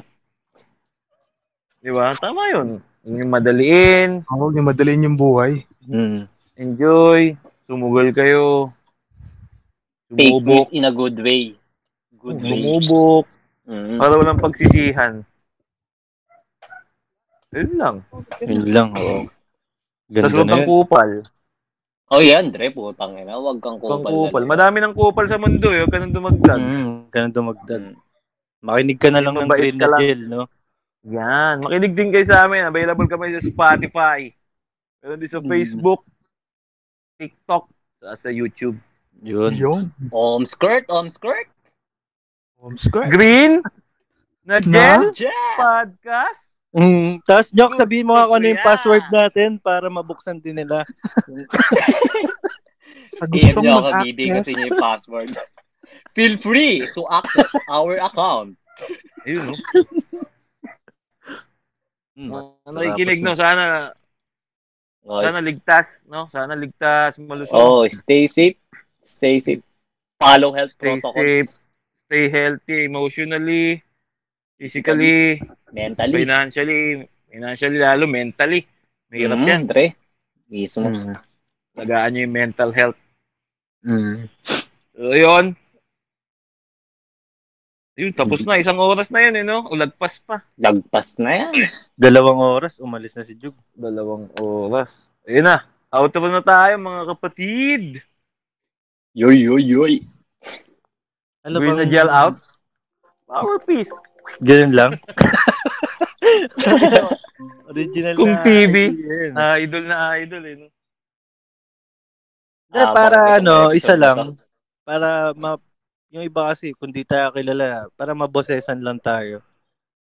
S3: Di ba? Tama yun. Yung madaliin,
S4: Ako, yung madaliin yung buhay.
S1: Mm.
S3: enjoy, sumugal kayo,
S9: Take
S3: sumubok,
S9: risk in a good way. Good way.
S3: sumubok,
S9: Mm.
S3: para walang pagsisihan. Yun lang.
S1: Yun lang, oo. Ganda
S3: Tapos
S1: na
S3: kang
S1: yun.
S3: kupal.
S9: Oh, yan, Dre, putang ina. Huwag kang kupal.
S3: Kang kupal.
S9: talaga.
S3: Madami ng kupal sa mundo, eh. Huwag ka nang dumagdag.
S1: Mm, ganun dumagdag. Makinig ka na lang ng
S3: Mabait
S1: Green
S3: ka
S1: na
S3: lang.
S1: Jail, no?
S3: Yan. Makinig din kayo sa amin. Available kami sa Spotify. Meron din sa
S1: Mm.
S3: Facebook, TikTok, sa, sa YouTube.
S1: Yun.
S4: Yung
S9: Om skirt, om skirt.
S4: home square.
S3: Green na
S1: Ah,
S3: Gel
S9: Yeah.
S3: Podcast.
S1: Mm, tapos, Nyok,
S3: Gusto
S1: sabihin mo ako ano yung
S3: ko yan.
S1: password natin para mabuksan din nila.
S4: Sa
S9: PM
S4: gustong
S9: nyo ako, bibig
S4: mag-access.
S9: kasi yung password. Feel free to access our account.
S3: Ayun, no?
S1: Mm.
S3: Ano ikinig, no? Sana,
S9: Oh,
S3: sana
S9: s-
S3: ligtas, no? Sana ligtas, malusog.
S9: oh, stay safe. Stay safe. Follow health
S3: Stay
S9: protocols.
S3: safe. Stay healthy emotionally, physically,
S9: Mentally.
S3: financially, financially lalo, mentally. Mahirap
S9: Mm,
S3: yan. Hmm.
S9: Dre. Iso na.
S3: Lagaan nyo yung mental health.
S1: Mm.
S3: So, yun. Yun, tapos na. Isang oras na yun, eh, no? Ulagpas pa.
S9: Lagpas na yan.
S1: Dalawang oras, umalis na si Jug.
S3: Dalawang oras. Ayun na. Out of na tayo, mga kapatid.
S9: Yoy, yoy, yoy.
S1: Ano
S3: Green na
S1: bang-
S3: gel out. Power piece.
S1: Ganun lang. Original
S3: Kung
S1: na
S3: TV.
S1: idea yun.
S3: Ah, idol na idol, eh, no?
S1: Hindi,
S9: Ah,
S1: para
S9: bakit
S1: ano,
S9: itong
S1: isa
S9: episode
S1: lang. Para ma yung iba kasi kung di tayo kilala, para mabosesan lang tayo.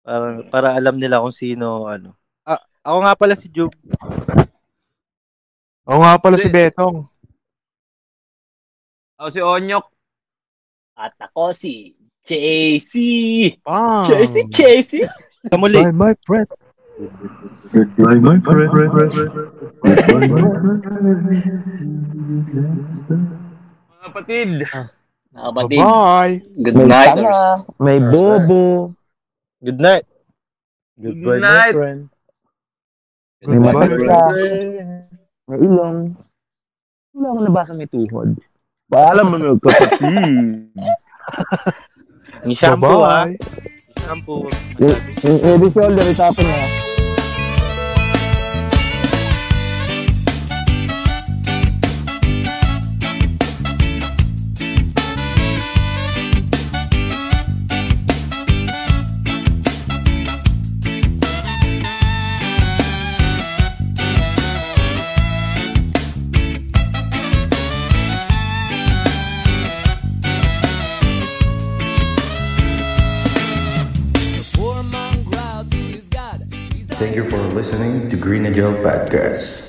S1: Para para alam nila kung sino ano. Ah, ako nga pala si Jug.
S4: Oo nga pala si Betong.
S3: Ako si Onyok.
S9: At ako si JC.
S1: Ah.
S4: Bang!
S9: JC, JC.
S1: Kamuli.
S4: By my breath.
S5: Goodbye, my friend. Goodbye, my friend.
S3: Mga kapatid.
S9: Mga batid.
S4: Bye-bye!
S9: Good nighters.
S1: May bobo. Good night.
S3: Good night.
S1: friend.
S9: Good
S4: Goodbye.
S9: night, bro.
S1: May ilong. Wala akong nabasa may tuhod. Paalam mo mga kapatid. Ni shampoo ah.
S4: Bye-bye!
S1: Shampoo.
S9: Yung Eddie Shoulder, itapon na.
S15: Thank you for listening to Green Agile Podcast.